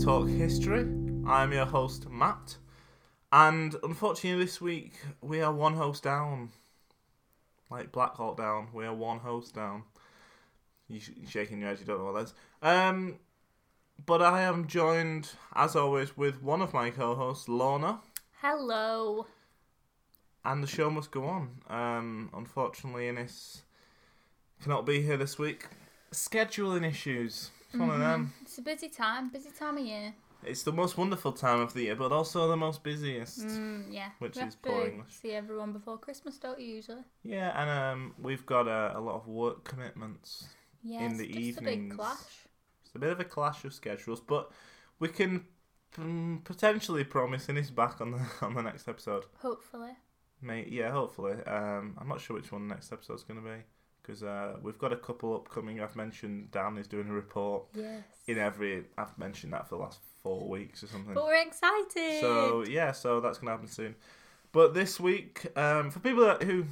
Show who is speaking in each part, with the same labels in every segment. Speaker 1: Talk History. I'm your host, Matt. And unfortunately, this week we are one host down. Like Black Hawk down, we are one host down. You sh- you're shaking your head, you don't know what that is. Um, but I am joined, as always, with one of my co hosts, Lorna,
Speaker 2: Hello.
Speaker 1: and the show must go on. Um, unfortunately, Innes cannot be here this week. Scheduling issues. It's one of them.
Speaker 2: It's a busy time, busy time of year.
Speaker 1: It's the most wonderful time of the year, but also the most busiest.
Speaker 2: Mm, yeah.
Speaker 1: Which
Speaker 2: we
Speaker 1: is
Speaker 2: have to
Speaker 1: poor English.
Speaker 2: see everyone before Christmas, don't you, usually?
Speaker 1: Yeah, and um, we've got uh, a lot of work commitments.
Speaker 2: Yeah,
Speaker 1: In
Speaker 2: it's
Speaker 1: the
Speaker 2: just a big
Speaker 1: evenings.
Speaker 2: clash.
Speaker 1: It's a bit of a clash of schedules, but we can mm, potentially promise Innes back on the on the next episode.
Speaker 2: Hopefully.
Speaker 1: May yeah, hopefully. Um, I'm not sure which one the next episode's going to be because uh, we've got a couple upcoming. I've mentioned Dan is doing a report
Speaker 2: Yes.
Speaker 1: in every. I've mentioned that for the last four weeks or something.
Speaker 2: But we're excited.
Speaker 1: So yeah, so that's gonna happen soon. But this week, um, for people that, who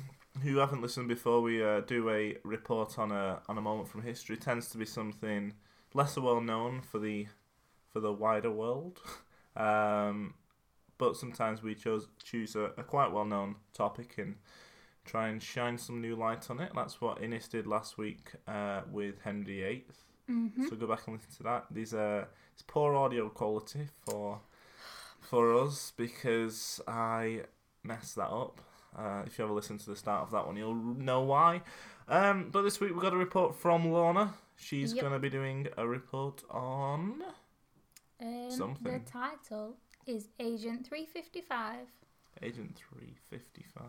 Speaker 1: who haven't listened before, we uh, do a report on a on a moment from history. Tends to be something lesser well known for the for the wider world, um, but sometimes we chose choose a, a quite well known topic and try and shine some new light on it. That's what Innes did last week uh, with Henry VIII.
Speaker 2: Mhm.
Speaker 1: So go back and listen to that. These are it's poor audio quality for for us because I messed that up. Uh, if you ever listen to the start of that one, you'll know why. Um, but this week we've got a report from Lorna. She's
Speaker 2: Yep.
Speaker 1: going to be doing a report on.
Speaker 2: Um, The
Speaker 1: something.
Speaker 2: title is Agent 355.
Speaker 1: Agent 355.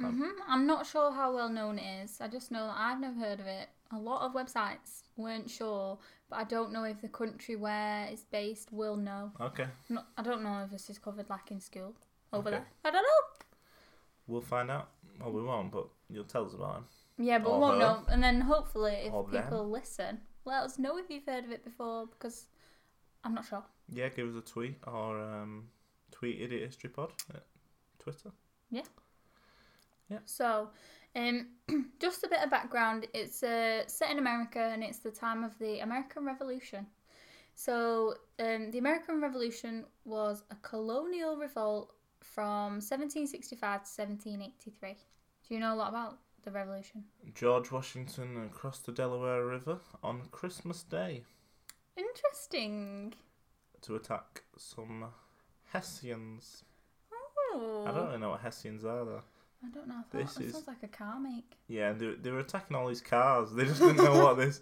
Speaker 1: Um,
Speaker 2: hmm I'm not sure how well known it is. I just know that I've never heard of it. A lot of websites weren't sure, but I don't know if the country where it's based will know.
Speaker 1: Okay,
Speaker 2: No, I don't know if this is covered like in school over
Speaker 1: Okay.
Speaker 2: there. I don't know.
Speaker 1: we'll find out. Well, we won't, but you'll tell us about it.
Speaker 2: Yeah, but we
Speaker 1: Or her.
Speaker 2: won't know. And then hopefully, if
Speaker 1: Or them.
Speaker 2: people listen, let us know if you've heard of it before because I'm not sure.
Speaker 1: Yeah, give us a tweet or um, tweet Idiot History Pod at Twitter.
Speaker 2: So, um, just a bit of background. It's uh, set in America and it's the time of the American Revolution. So, um, the American Revolution was a colonial revolt from 1765 to 1783. Do you know a lot about the revolution?
Speaker 1: George Washington crossed the Delaware River on Christmas Day
Speaker 2: Interesting.
Speaker 1: to attack some Hessians.
Speaker 2: Oh,
Speaker 1: I don't really know what Hessians are though.
Speaker 2: I don't know. I thought
Speaker 1: This
Speaker 2: that
Speaker 1: is-
Speaker 2: sounds like a car make.
Speaker 1: Yeah, and they, they were attacking all these cars. They just didn't know what this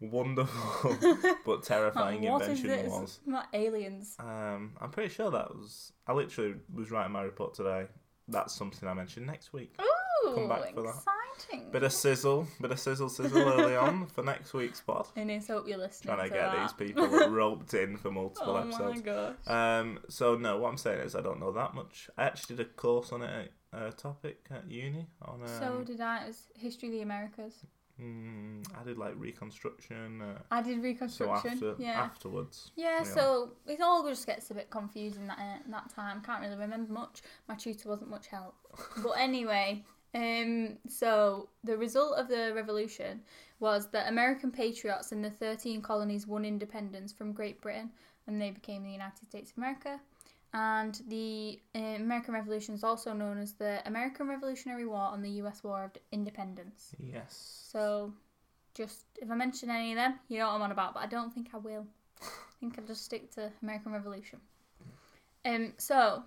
Speaker 1: wonderful but terrifying
Speaker 2: Like, what is
Speaker 1: invention
Speaker 2: this?
Speaker 1: was.
Speaker 2: Not aliens.
Speaker 1: Um, I'm pretty sure that was. I literally was writing my report today. That's something I mentioned next week.
Speaker 2: Ooh,
Speaker 1: Come back for that. uh,
Speaker 2: exciting.
Speaker 1: Bit of sizzle, bit of sizzle, sizzle early on for next week's pod.
Speaker 2: Innes, hope you're listening.
Speaker 1: Trying to
Speaker 2: to
Speaker 1: get
Speaker 2: that.
Speaker 1: these people roped in for multiple
Speaker 2: Oh
Speaker 1: episodes.
Speaker 2: my gosh.
Speaker 1: Um, so no, what I'm saying is I don't know that much. I actually did a course on it, at- a topic at uni on. Um,
Speaker 2: so did I. It was history of the Americas.
Speaker 1: mm, I did like reconstruction. Uh,
Speaker 2: I did
Speaker 1: so
Speaker 2: reconstruction.
Speaker 1: after
Speaker 2: yeah.
Speaker 1: afterwards,
Speaker 2: yeah,
Speaker 1: yeah.
Speaker 2: so it all just gets a bit confusing that uh, that time. Can't really remember much. My tutor wasn't much help. But anyway, um, so the result of the revolution was that American patriots in the 13 colonies won independence from Great Britain and they became the United States of America. And the uh, American Revolution is also known as the American Revolutionary War and the US War of Independence.
Speaker 1: yes.
Speaker 2: So, just if I mention any of them, you know what I'm on about, but I don't think I will. I think I'll just stick to American Revolution. Um, so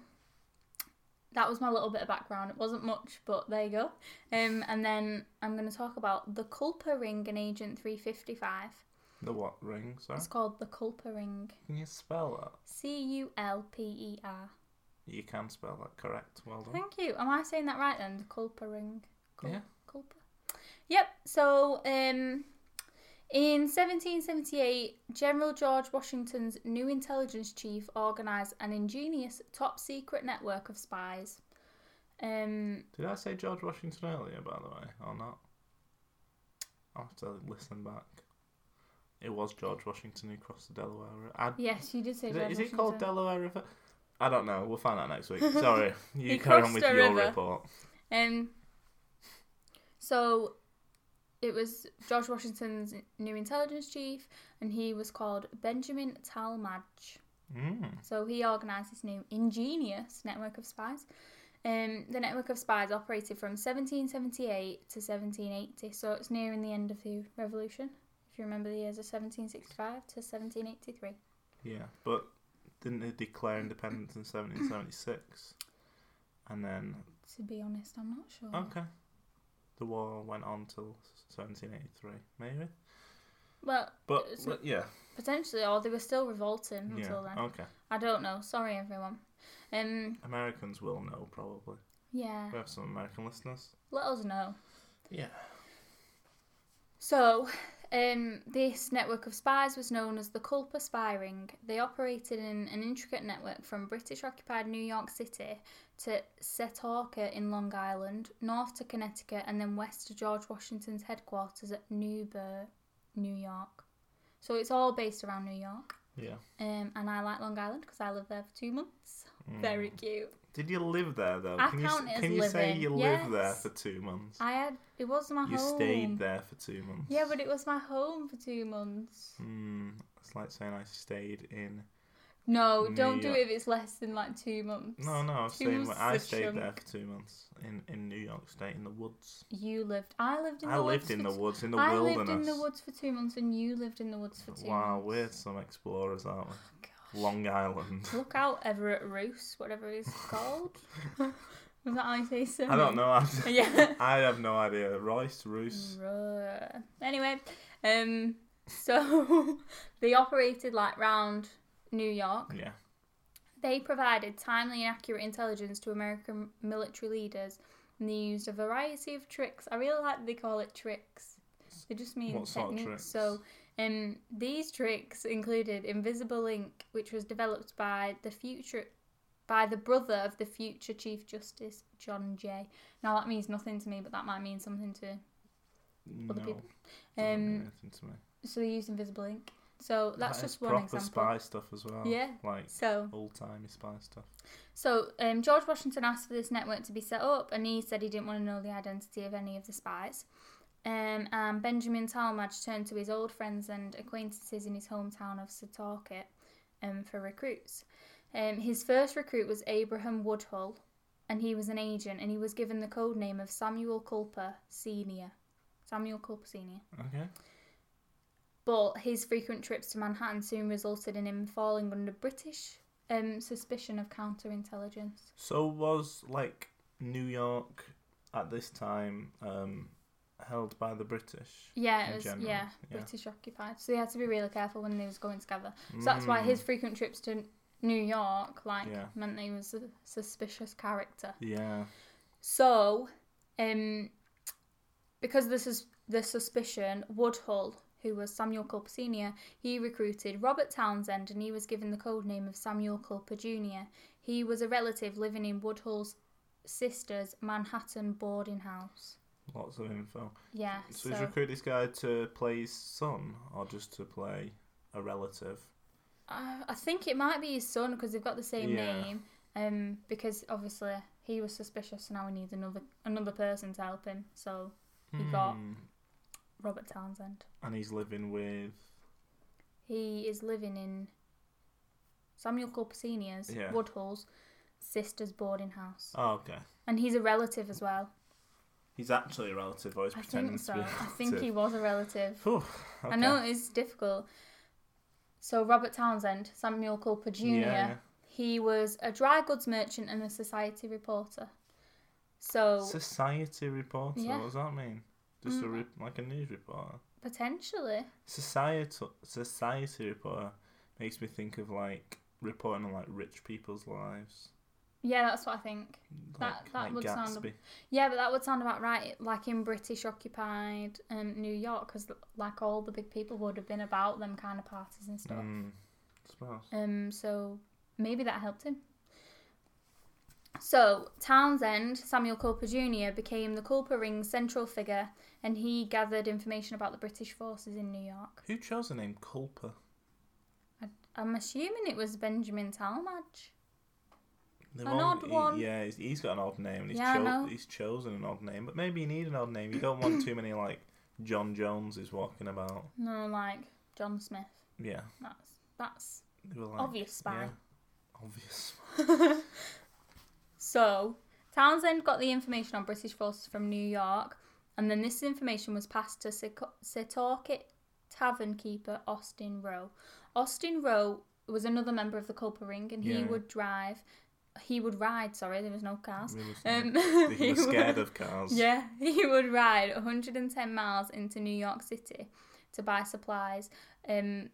Speaker 2: that was my little bit of background. It wasn't much, but there you go. Um, and then I'm going to talk about the Culper Ring and Agent 355.
Speaker 1: the what ring? Sorry,
Speaker 2: It's called the Culper Ring.
Speaker 1: can you spell that?
Speaker 2: C U L P E R.
Speaker 1: You can spell that correct. Well done.
Speaker 2: Thank you. Am I saying that right then? The Culpa ring. Cul-
Speaker 1: Yeah.
Speaker 2: Culpa. Yep. So, um, in 1778, General George Washington's new intelligence chief organised an ingenious top secret network of spies. Um,
Speaker 1: Did I say George Washington earlier, by the way, or not? I'll have to listen back. It was George Washington who crossed the Delaware. River. I
Speaker 2: yes, you did say
Speaker 1: Is
Speaker 2: George
Speaker 1: it, is it called
Speaker 2: Washington.
Speaker 1: Delaware River? I don't know. We'll find out next week. Sorry. You
Speaker 2: He
Speaker 1: carry on
Speaker 2: crossed
Speaker 1: with
Speaker 2: a
Speaker 1: your
Speaker 2: river.
Speaker 1: report.
Speaker 2: Um, so it was George Washington's new intelligence chief, and he was called Benjamin Talmadge.
Speaker 1: Mm.
Speaker 2: So he organised this new ingenious network of spies. Um, the network of spies operated from 1778 to 1780, so it's nearing the end of the revolution. If you remember the years of 1765 to 1783,
Speaker 1: Yeah, but didn't they declare independence in 1776? And then,
Speaker 2: to be honest, I'm not sure.
Speaker 1: okay, the war went on till 1783, maybe.
Speaker 2: Well,
Speaker 1: But
Speaker 2: It's not-
Speaker 1: but yeah,
Speaker 2: potentially, or they were still revolting
Speaker 1: yeah,
Speaker 2: until then.
Speaker 1: okay.
Speaker 2: I don't know. Sorry, everyone. Um,
Speaker 1: Americans will know probably.
Speaker 2: yeah,
Speaker 1: We have some American listeners.
Speaker 2: let us know.
Speaker 1: Yeah.
Speaker 2: So, um, this network of spies was known as the Culper spy ring. They operated in an intricate network from British occupied New York City to Setorca in Long Island, north to Connecticut, and then west to George Washington's headquarters at Newburgh, New York. So it's all based around New York.
Speaker 1: Yeah.
Speaker 2: Um, and I like Long Island because I lived there for two months.
Speaker 1: Mm.
Speaker 2: Very cute.
Speaker 1: Did you live there though?
Speaker 2: I
Speaker 1: can you, s-
Speaker 2: count it as
Speaker 1: can you say
Speaker 2: living,
Speaker 1: you lived there
Speaker 2: yes.
Speaker 1: for two months?
Speaker 2: I had it was my
Speaker 1: you
Speaker 2: home.
Speaker 1: stayed there for two months.
Speaker 2: Yeah, but it was my home for two months.
Speaker 1: Mm, it's like saying I stayed in.
Speaker 2: No,
Speaker 1: New
Speaker 2: don't do
Speaker 1: York.
Speaker 2: it if it's less than like two months.
Speaker 1: No, no, I'm
Speaker 2: Two
Speaker 1: saying
Speaker 2: months
Speaker 1: I
Speaker 2: is a
Speaker 1: stayed there
Speaker 2: chunk.
Speaker 1: for two months in, in New York State in the woods.
Speaker 2: You lived. I lived in the
Speaker 1: I
Speaker 2: woods.
Speaker 1: lived in
Speaker 2: for
Speaker 1: the
Speaker 2: t-
Speaker 1: woods, in the
Speaker 2: I
Speaker 1: wilderness.
Speaker 2: lived in the woods for two months, and you lived in the woods for two.
Speaker 1: wow,
Speaker 2: months.
Speaker 1: we're some explorers, aren't we?
Speaker 2: Gosh.
Speaker 1: Long Island.
Speaker 2: Look out, Everett Roos, whatever it's called. Was that how you say so?
Speaker 1: I don't know. I,
Speaker 2: Yeah.
Speaker 1: I have no idea. Royce, Roos.
Speaker 2: Ruh. Anyway, um, so they operated like round New York.
Speaker 1: Yeah.
Speaker 2: They provided timely and accurate intelligence to American military leaders, and they used a variety of tricks. I really like that they call it tricks. They just mean
Speaker 1: What sort of
Speaker 2: techniques.
Speaker 1: tricks?
Speaker 2: So, um, these tricks included Invisible Ink, which was developed by the future, by the brother of the future Chief Justice John Jay. Now that means nothing to me, but that might mean something to
Speaker 1: No.
Speaker 2: other people.
Speaker 1: doesn't mean
Speaker 2: Um,
Speaker 1: anything to me.
Speaker 2: so they used Invisible Ink. So that's
Speaker 1: That is
Speaker 2: just one
Speaker 1: proper
Speaker 2: example.
Speaker 1: spy stuff as well.
Speaker 2: Yeah.
Speaker 1: Like
Speaker 2: So
Speaker 1: old timey spy stuff.
Speaker 2: So um, George Washington asked for this network to be set up, and he said he didn't want to know the identity of any of the spies. Um, and Benjamin Talmadge turned to his old friends and acquaintances in his hometown of Setauket um, for recruits. Um, his first recruit was Abraham Woodhull, and he was an agent, and he was given the code name of Samuel Culper Senior. Samuel Culper Senior.
Speaker 1: Okay.
Speaker 2: But his frequent trips to Manhattan soon resulted in him falling under British um, suspicion of counterintelligence.
Speaker 1: So was like New York at this time um, held by the British?
Speaker 2: Yeah,
Speaker 1: in
Speaker 2: it was,
Speaker 1: general,
Speaker 2: yeah,
Speaker 1: yeah.
Speaker 2: British occupied. So they had to be really careful when they was going together. So that's why his
Speaker 1: Mm,
Speaker 2: frequent trips to New York, like,
Speaker 1: Yeah.
Speaker 2: meant that he was a suspicious character.
Speaker 1: Yeah.
Speaker 2: So, um, because this is the suspicion, Woodhull, who was Samuel Culper Senior, he recruited Robert Townsend, and he was given the code name of Samuel Culper Junior. He was a relative living in Woodhull's sister's Manhattan boarding house.
Speaker 1: Lots of info.
Speaker 2: Yeah.
Speaker 1: So, he's recruited this guy to play his son, or just to play a relative.
Speaker 2: Uh, I think it might be his son because they've got the same
Speaker 1: Yeah.
Speaker 2: name. Um, because obviously he was suspicious, and now he needs another another person to help him. So He got-
Speaker 1: Hmm.
Speaker 2: Robert Townsend.
Speaker 1: And he's living with.
Speaker 2: He is living in Samuel Culper Senior's
Speaker 1: Yeah.
Speaker 2: Woodhull's sister's boarding house,
Speaker 1: Oh, okay.
Speaker 2: and he's a relative as well.
Speaker 1: He's actually a relative, or he's
Speaker 2: I
Speaker 1: pretending
Speaker 2: think so.
Speaker 1: to be. a
Speaker 2: I think he
Speaker 1: relative.
Speaker 2: was a relative.
Speaker 1: Phew, okay.
Speaker 2: I know it's difficult. So Robert Townsend, Samuel Culper Junior.
Speaker 1: Yeah,
Speaker 2: He was a dry goods merchant and a society reporter. So
Speaker 1: yeah. Society reporter.
Speaker 2: Yeah.
Speaker 1: What does that mean? Just a
Speaker 2: Mm.
Speaker 1: re- like a news reporter.
Speaker 2: potentially,
Speaker 1: societal society reporter makes me think of like reporting on like rich people's lives.
Speaker 2: yeah, that's what I think.
Speaker 1: Like,
Speaker 2: That- that
Speaker 1: like
Speaker 2: would sound
Speaker 1: Gatsby.
Speaker 2: Yeah, but that would sound about right. Like in British occupied um, New York, because like all the big people would have been about them kind of parties and stuff.
Speaker 1: Mm, suppose.
Speaker 2: Um, so maybe that helped him. So Townsend, Samuel Culper Jr., became the Culper Ring's central figure, and he gathered information about the British forces in New York.
Speaker 1: Who chose the name Culper?
Speaker 2: I'm assuming it was Benjamin Talmadge.
Speaker 1: The
Speaker 2: An odd one.
Speaker 1: yeah, he's, he's got an odd name. And he's,
Speaker 2: Yeah, I
Speaker 1: cho-
Speaker 2: know.
Speaker 1: he's chosen an odd name, but maybe you need an odd name. You don't want too many like John Jones is walking about.
Speaker 2: No, like John Smith.
Speaker 1: Yeah,
Speaker 2: That's that's
Speaker 1: They were like,
Speaker 2: Obvious spy.
Speaker 1: Yeah, obvious.
Speaker 2: So, Townsend got the information on British forces from New York, and then this information was passed to Setorkit tavern keeper Austin Rowe. Austin Rowe was another member of the Culper Ring, and he
Speaker 1: Yeah.
Speaker 2: would drive. He would ride. Sorry, there was no cars.
Speaker 1: They were
Speaker 2: Um,
Speaker 1: they were
Speaker 2: he would-
Speaker 1: scared of cars.
Speaker 2: yeah, he would ride 110 miles into New York City to buy supplies. Um,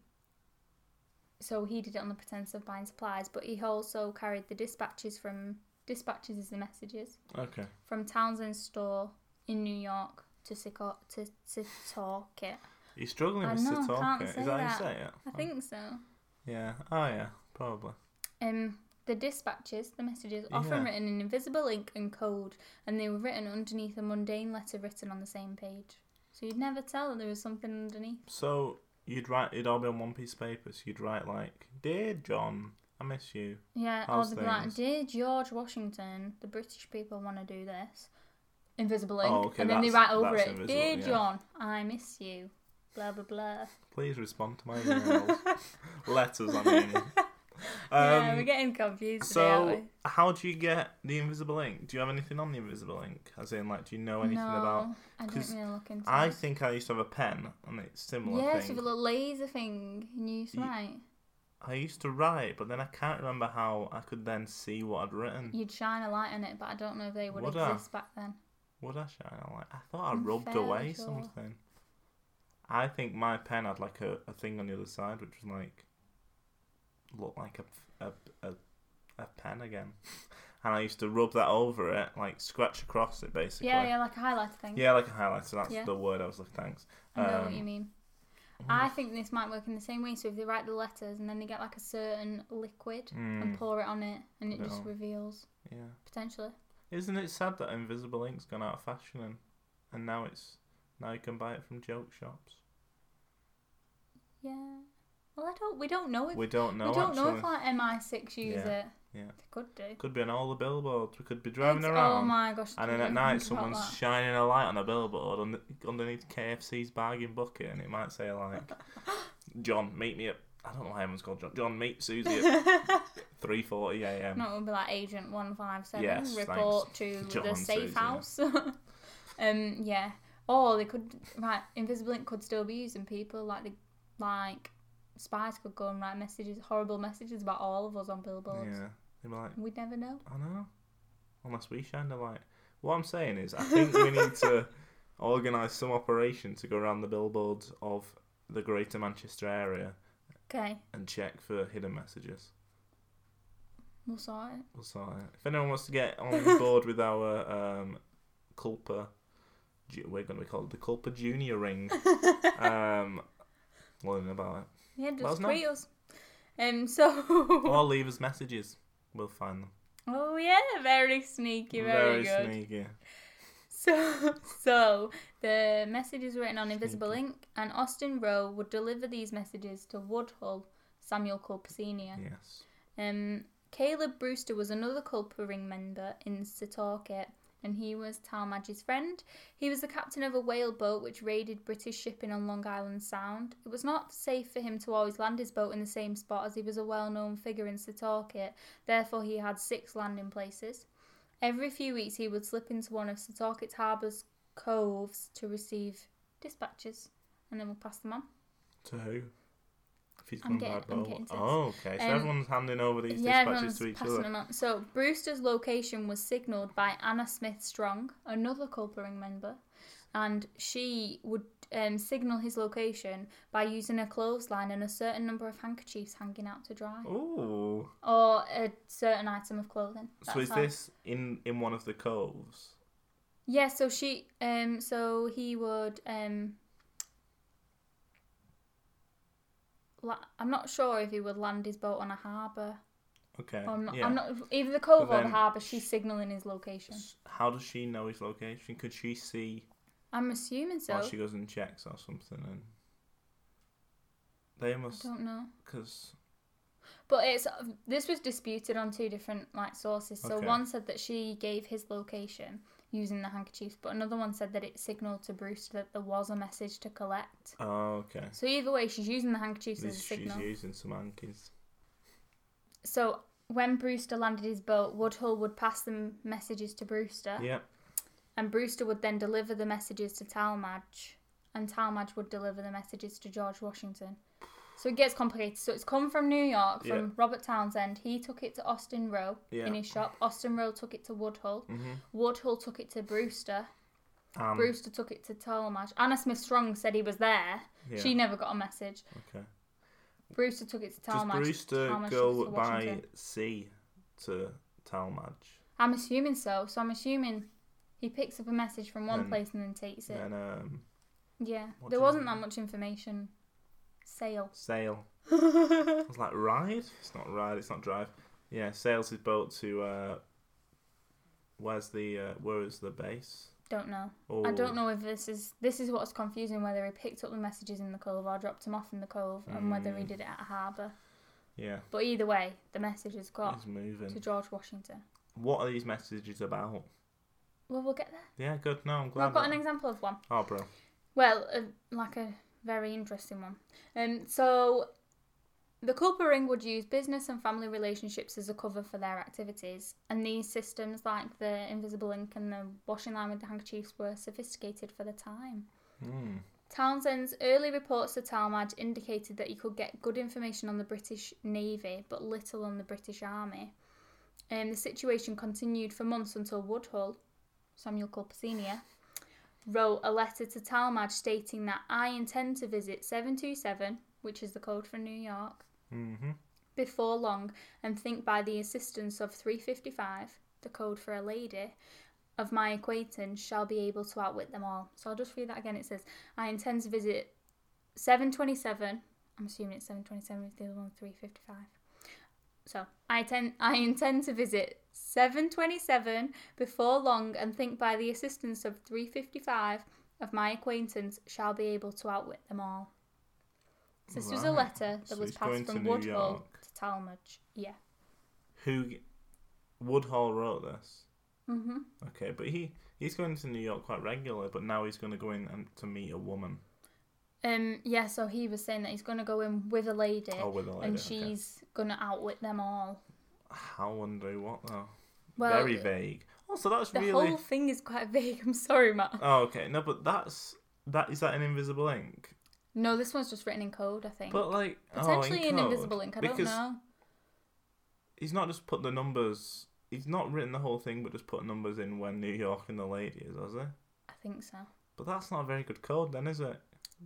Speaker 2: so he did it on the pretense of buying supplies, but he also carried the dispatches from dispatches is the messages
Speaker 1: Okay.
Speaker 2: from Townsend's store in New York to Sico- to to Talkit.
Speaker 1: He's struggling
Speaker 2: I
Speaker 1: with
Speaker 2: know, I can't
Speaker 1: Sitorka. Is
Speaker 2: say
Speaker 1: that, how you
Speaker 2: that.
Speaker 1: say it?
Speaker 2: I think so.
Speaker 1: Yeah. Oh yeah. Probably.
Speaker 2: Um, the dispatches, the messages, often
Speaker 1: Yeah.
Speaker 2: written in invisible ink and code, and they were written underneath a mundane letter written on the same page. So you'd never tell that there was something underneath.
Speaker 1: So you'd write. It'd all be on one piece of paper. So you'd write like, "Dear John, I miss you."
Speaker 2: Yeah,
Speaker 1: How's
Speaker 2: or they'd be like,
Speaker 1: things?
Speaker 2: Dear George Washington, the British people want to do this. Invisible ink.
Speaker 1: Oh, okay,
Speaker 2: and then they
Speaker 1: that's-
Speaker 2: write over
Speaker 1: that's
Speaker 2: it,
Speaker 1: invisible,
Speaker 2: Dear
Speaker 1: yeah.
Speaker 2: John, I miss you. Blah, blah, blah.
Speaker 1: Please respond to my emails. Letters, I mean. Um,
Speaker 2: yeah, we're getting confused today, aren't
Speaker 1: so, how do you get the invisible ink? Do you have anything on the invisible ink? As in, like, do you know
Speaker 2: we?
Speaker 1: anything
Speaker 2: No,
Speaker 1: about?
Speaker 2: I didn't
Speaker 1: 'cause
Speaker 2: really look into
Speaker 1: I
Speaker 2: it.
Speaker 1: think I used to have a pen, and it's similar
Speaker 2: Yeah,
Speaker 1: thing.
Speaker 2: so with a little laser thing, and you used to
Speaker 1: Ye-
Speaker 2: write.
Speaker 1: I used to write, but then I can't remember how I could then see what I'd written.
Speaker 2: You'd shine a light on it, but I don't know if they would,
Speaker 1: Would I?
Speaker 2: exist back then.
Speaker 1: Would I shine a light? I thought I
Speaker 2: I'm
Speaker 1: rubbed
Speaker 2: fairly
Speaker 1: away
Speaker 2: sure.
Speaker 1: something. I think my pen had like a, a thing on the other side, which was like looked like a, a, a, a pen again, and I used to rub that over it, like scratch across it, basically.
Speaker 2: Yeah, yeah, like a highlighter thing.
Speaker 1: Yeah, like a highlighter. That's
Speaker 2: Yeah.
Speaker 1: the word I was looking. Thanks.
Speaker 2: I know what
Speaker 1: Um, hmm.
Speaker 2: you mean.
Speaker 1: wonder
Speaker 2: I
Speaker 1: if-
Speaker 2: think this might work in the same way. So if they write the letters and then they get like a certain liquid and
Speaker 1: Mm,
Speaker 2: pour it on it, and it
Speaker 1: Put it
Speaker 2: just
Speaker 1: on.
Speaker 2: reveals
Speaker 1: yeah.
Speaker 2: potentially.
Speaker 1: Isn't it sad that invisible ink's gone out of fashion and, and now it's now you can buy it from joke shops.
Speaker 2: Yeah. Well, I don't. We don't know if we,
Speaker 1: We don't know.
Speaker 2: don't
Speaker 1: actually.
Speaker 2: know if like MI6 use
Speaker 1: Yeah,
Speaker 2: it.
Speaker 1: yeah.
Speaker 2: They could do.
Speaker 1: Could be on all the billboards. We could be driving
Speaker 2: It's-
Speaker 1: around.
Speaker 2: Oh my gosh.
Speaker 1: And then
Speaker 2: didn't
Speaker 1: at
Speaker 2: even
Speaker 1: night,
Speaker 2: think about
Speaker 1: someone's
Speaker 2: that.
Speaker 1: shining a light on a billboard under, underneath KFC's bargain bucket, and it might say like, "John, meet me at." I don't know why everyone's called John. John, meet Susie at three forty a.m.
Speaker 2: No, it would be like Agent One Five Seven.
Speaker 1: Yes,
Speaker 2: Report to the
Speaker 1: John
Speaker 2: safe
Speaker 1: says, yeah.
Speaker 2: house. um, yeah. Or they could right. Invisible ink could still be used, and people like the like spies could go and write messages, horrible messages about all of us on billboards.
Speaker 1: Yeah, they'd be like,
Speaker 2: We'd never know.
Speaker 1: "I know," unless we shine a light. What I'm saying is, I think we need to organise some operation to go around the billboards of the Greater Manchester area
Speaker 2: Okay,
Speaker 1: and check for hidden messages.
Speaker 2: we'll sort it.
Speaker 1: We'll sort it. If anyone wants to get on board with our um, Culpa, Ju- we're going to be called the Culpa Junior Ring. um, learn about it.
Speaker 2: Yeah,
Speaker 1: Let
Speaker 2: just
Speaker 1: us know.
Speaker 2: tweet us. Um. So.
Speaker 1: Or leave us messages. We'll find them.
Speaker 2: oh yeah, very sneaky. Very, good.
Speaker 1: sneaky.
Speaker 2: So, so the message is written on invisible ink, and Austin Rowe would deliver these messages to Woodhull Samuel Culp Senior.
Speaker 1: Yes.
Speaker 2: Um, Caleb Brewster was another Culper Ring member in Setorkit, and he was Talmadge's friend. He was the captain of a whale boat which raided British shipping on Long Island Sound. It was not safe for him to always land his boat in the same spot as he was a well known figure in Setorkit, therefore, he had six landing places. Every few weeks, he would slip into one of Setorkit's harbour's coves to receive dispatches, and then we'll pass them on.
Speaker 1: To who? If he's
Speaker 2: I'm
Speaker 1: gone by
Speaker 2: getting- I'm
Speaker 1: boat.
Speaker 2: getting to this.
Speaker 1: Oh, okay. So
Speaker 2: Um,
Speaker 1: everyone's handing over these dispatches
Speaker 2: everyone's
Speaker 1: to each
Speaker 2: passing
Speaker 1: other.
Speaker 2: them on. So Brewster's location was signalled by Anna Smith Strong, another Culpering member, and she would um, signal his location by using a clothesline and a certain number of handkerchiefs hanging out to dry,
Speaker 1: Oh. Ooh.
Speaker 2: or a certain item of clothing.
Speaker 1: so
Speaker 2: That's
Speaker 1: is
Speaker 2: how-
Speaker 1: this in, in one of the coves?
Speaker 2: Yeah. So she. Um. So he would. Um. la- I'm not sure if he would land his boat on a harbour.
Speaker 1: Okay.
Speaker 2: Oh, I'm not,
Speaker 1: yeah.
Speaker 2: I'm not either the cove
Speaker 1: But
Speaker 2: or the
Speaker 1: then-
Speaker 2: harbour. She's signalling his location.
Speaker 1: S- How does she know his location? Could she see
Speaker 2: I'm assuming so.
Speaker 1: Or she goes and checks or something, and they
Speaker 2: I
Speaker 1: must
Speaker 2: don't know.
Speaker 1: because
Speaker 2: But it's this was disputed on two different like sources. So
Speaker 1: Okay.
Speaker 2: one said that she gave his location using the handkerchiefs, but another one said that it signaled to Bruce that there was a message to collect.
Speaker 1: oh okay,
Speaker 2: So either way, she's using the handkerchiefs as a
Speaker 1: this, she's
Speaker 2: signal.
Speaker 1: using some hankies.
Speaker 2: so when Brewster landed his boat, Woodhull would pass the messages to Brewster,
Speaker 1: Yep.
Speaker 2: and Brewster would then deliver the messages to Talmadge, and Talmadge would deliver the messages to George Washington. So it gets complicated. So it's come from New York, from
Speaker 1: Yeah.
Speaker 2: Robert Townsend. He took it to Austin Rowe
Speaker 1: Yeah.
Speaker 2: in his shop. Austin Rowe took it to Woodhull. Woodhull took it to Brewster.
Speaker 1: mm-hmm. Um,
Speaker 2: Brewster took it to Talmadge. Anna Smith Strong said he was there.
Speaker 1: yeah,
Speaker 2: She never got a message.
Speaker 1: okay.
Speaker 2: Brewster took it to
Speaker 1: Does
Speaker 2: Talmadge.
Speaker 1: Brewster
Speaker 2: Talmadge took it
Speaker 1: go
Speaker 2: to
Speaker 1: by
Speaker 2: Washington.
Speaker 1: sea to Talmadge?
Speaker 2: I'm assuming so. So I'm assuming he picks up a message from one
Speaker 1: Then-
Speaker 2: place and then takes it.
Speaker 1: Then um,
Speaker 2: yeah.
Speaker 1: What
Speaker 2: There
Speaker 1: do you
Speaker 2: wasn't
Speaker 1: think?
Speaker 2: that much information. Sail.
Speaker 1: sail. I was like, ride? It's not ride. It's not drive. Yeah, sails his boat to. Uh, where's the uh, where is the base?
Speaker 2: Don't know.
Speaker 1: Or
Speaker 2: I don't know if this is this is what's confusing whether he picked up the messages in the cove or dropped them off in the cove and whether he
Speaker 1: Mm.
Speaker 2: did it at a harbour.
Speaker 1: Yeah,
Speaker 2: But either way, the message has got
Speaker 1: he's
Speaker 2: to
Speaker 1: moving.
Speaker 2: George Washington.
Speaker 1: What are these messages about?
Speaker 2: Well, we'll get there.
Speaker 1: Yeah, good. No, I'm glad.
Speaker 2: I've got
Speaker 1: that-
Speaker 2: an example of one.
Speaker 1: Oh, bro.
Speaker 2: Well, uh, like a very interesting one. Um, so the Culper Ring would use business and family relationships as a cover for their activities, and these systems, like the invisible ink and the washing line with the handkerchiefs, were sophisticated for the time.
Speaker 1: Hmm.
Speaker 2: Townsend's early reports to Talmadge indicated that he could get good information on the British Navy, but little on the British Army. Um, the situation continued for months until Woodhull, Samuel Culper Sr., wrote a letter to Talmadge stating that I intend to visit 727, which is the code for New York,
Speaker 1: Mm-hmm.
Speaker 2: before long and think by the assistance of 355, the code for a lady, of my acquaintance shall be able to outwit them all. So I'll just read that again. It says, I intend to visit 727. I'm assuming it's 727 if the other one's 355. So I intend, I intend to visit 727 before long and think by the assistance of 355 of my acquaintance shall be able to outwit them all. So this was a
Speaker 1: Right.
Speaker 2: letter that
Speaker 1: So
Speaker 2: was
Speaker 1: he's going
Speaker 2: passed
Speaker 1: to
Speaker 2: from
Speaker 1: New
Speaker 2: Woodhull
Speaker 1: York.
Speaker 2: to Talmadge. Yeah.
Speaker 1: Who? g- Woodhull wrote this.
Speaker 2: hmm
Speaker 1: Okay, but he he's going to New York quite regularly, but now he's going to go in and to meet a woman.
Speaker 2: Um. Yeah. So he was saying that he's going to go in with a lady,
Speaker 1: Oh, with a lady.
Speaker 2: and
Speaker 1: okay.
Speaker 2: she's going to outwit them all.
Speaker 1: How and do what though?
Speaker 2: Well,
Speaker 1: Very vague. Also, that's
Speaker 2: the
Speaker 1: really.
Speaker 2: whole thing is quite vague. I'm sorry, Matt.
Speaker 1: Oh, okay. No, but that's that. Is that an invisible ink?
Speaker 2: No, this one's just written in code. I think
Speaker 1: But like,
Speaker 2: potentially
Speaker 1: oh, in
Speaker 2: an
Speaker 1: code,
Speaker 2: invisible ink. I
Speaker 1: because
Speaker 2: don't know.
Speaker 1: he's not just put the numbers. He's not written the whole thing, but just put numbers in when New York and the lady is, has he?
Speaker 2: I think so.
Speaker 1: But that's not a very good code, then, is it?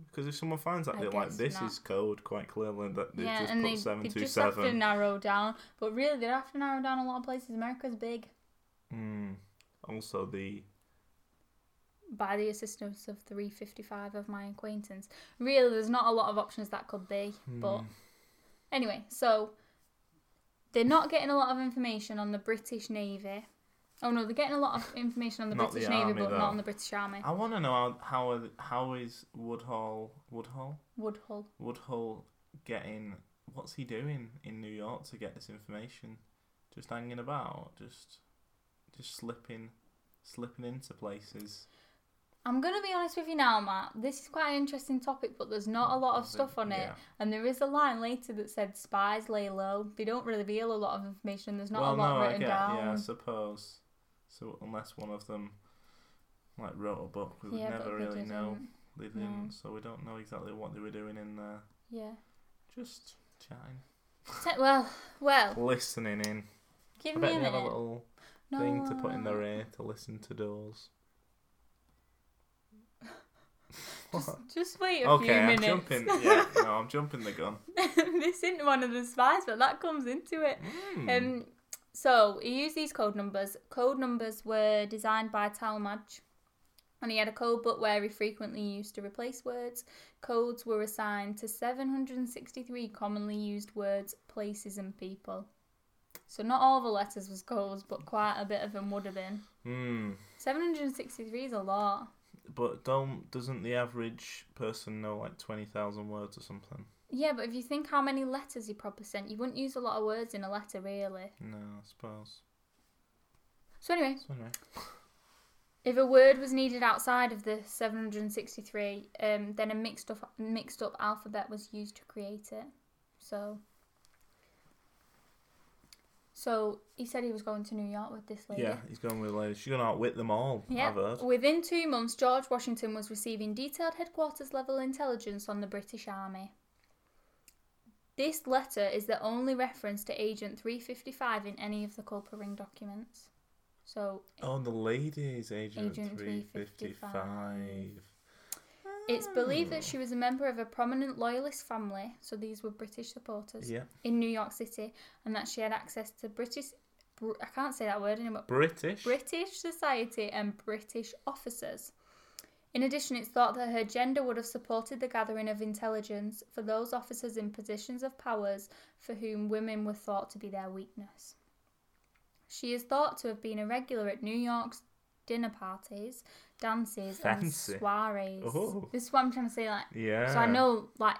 Speaker 1: Because if someone finds out,
Speaker 2: I
Speaker 1: they're like,
Speaker 2: guess
Speaker 1: "This
Speaker 2: not.
Speaker 1: is code," quite clearly that they
Speaker 2: yeah,
Speaker 1: just
Speaker 2: and
Speaker 1: put
Speaker 2: they,
Speaker 1: seven
Speaker 2: they
Speaker 1: two
Speaker 2: just have to
Speaker 1: seven.
Speaker 2: narrow down. But really, they have to narrow down a lot of places. America's big.
Speaker 1: Mm. Also, the
Speaker 2: By the assistance of 355 of my acquaintance. Really, there's not a lot of options that could be. But
Speaker 1: Mm.
Speaker 2: Anyway, so they're not getting a lot of information on the British Navy. Oh no, they're getting a lot of information on the
Speaker 1: Not
Speaker 2: British
Speaker 1: the
Speaker 2: Navy,
Speaker 1: army,
Speaker 2: but
Speaker 1: though.
Speaker 2: not on the British Army.
Speaker 1: I want to know how how are- how is Woodhull Woodhull
Speaker 2: Woodhull.
Speaker 1: Woodhull getting what's he doing in New York to get this information? Just hanging about, just just slipping slipping into places.
Speaker 2: I'm gonna be honest with you now, Matt. This is quite an interesting topic, but there's not a lot of
Speaker 1: Nothing-
Speaker 2: stuff on it.
Speaker 1: yeah.
Speaker 2: And there is a line later that said spies lay low. They don't really reveal a lot of information. There's not
Speaker 1: well,
Speaker 2: a lot
Speaker 1: no, I
Speaker 2: written
Speaker 1: get,
Speaker 2: down.
Speaker 1: yeah, I suppose. So unless one of them like wrote a book, we would
Speaker 2: Yeah,
Speaker 1: never
Speaker 2: but they
Speaker 1: really know.
Speaker 2: didn't.
Speaker 1: They
Speaker 2: no.
Speaker 1: didn't, so we don't know exactly what they were doing in there.
Speaker 2: Yeah.
Speaker 1: Just chatting,
Speaker 2: Te- well, well.
Speaker 1: listening in.
Speaker 2: Give
Speaker 1: I
Speaker 2: me
Speaker 1: bet
Speaker 2: a
Speaker 1: they have
Speaker 2: minute.
Speaker 1: a little
Speaker 2: no,
Speaker 1: thing to put in
Speaker 2: uh,
Speaker 1: their ear to listen to doors.
Speaker 2: Just, just wait a few
Speaker 1: okay, I'm
Speaker 2: minutes.
Speaker 1: jumping. Yeah, no, I'm jumping the gun.
Speaker 2: this isn't one of the spies, but that comes into it.
Speaker 1: Mm.
Speaker 2: Um, so he used these code numbers. Code numbers were designed by Talmadge, and he had a code book where he frequently used to replace words. Codes were assigned to 763 commonly used words, places, and people. So not all the letters was codes, but quite a bit of them would have been.
Speaker 1: Mm.
Speaker 2: 763 is a lot.
Speaker 1: But don't doesn't the average person know like twenty thousand words or something?
Speaker 2: Yeah, but if you think how many letters he probably sent, you wouldn't use a lot of words in a letter, really.
Speaker 1: No, I suppose.
Speaker 2: So anyway,
Speaker 1: So anyway,
Speaker 2: If a word was needed outside of the 763, um, then a mixed up mixed up alphabet was used to create it. So So he said he was going to New York with this lady.
Speaker 1: Yeah, he's going with ladies. She's going to outwit them all,
Speaker 2: Yeah.
Speaker 1: I've heard.
Speaker 2: Within two months, George Washington was receiving detailed headquarters level intelligence on the British Army. This letter is the only reference to Agent 355 in any of the Culper Ring documents. So
Speaker 1: Oh, and the ladies, Agent,
Speaker 2: Agent
Speaker 1: 355.
Speaker 2: 355. it's believed
Speaker 1: Hmm.
Speaker 2: that she was a member of a prominent loyalist family, so these were British supporters,
Speaker 1: Yeah.
Speaker 2: in New York City, and that she had access to British. Br- I can't say that word anymore.
Speaker 1: British.
Speaker 2: British society and British officers. In addition, it's thought that her gender would have supported the gathering of intelligence for those officers in positions of powers for whom women were thought to be their weakness. She is thought to have been a regular at New York's dinner parties, dances,
Speaker 1: Fancy.
Speaker 2: and soirees.
Speaker 1: Oh.
Speaker 2: This is what I'm trying to say. Like,
Speaker 1: yeah.
Speaker 2: so I know like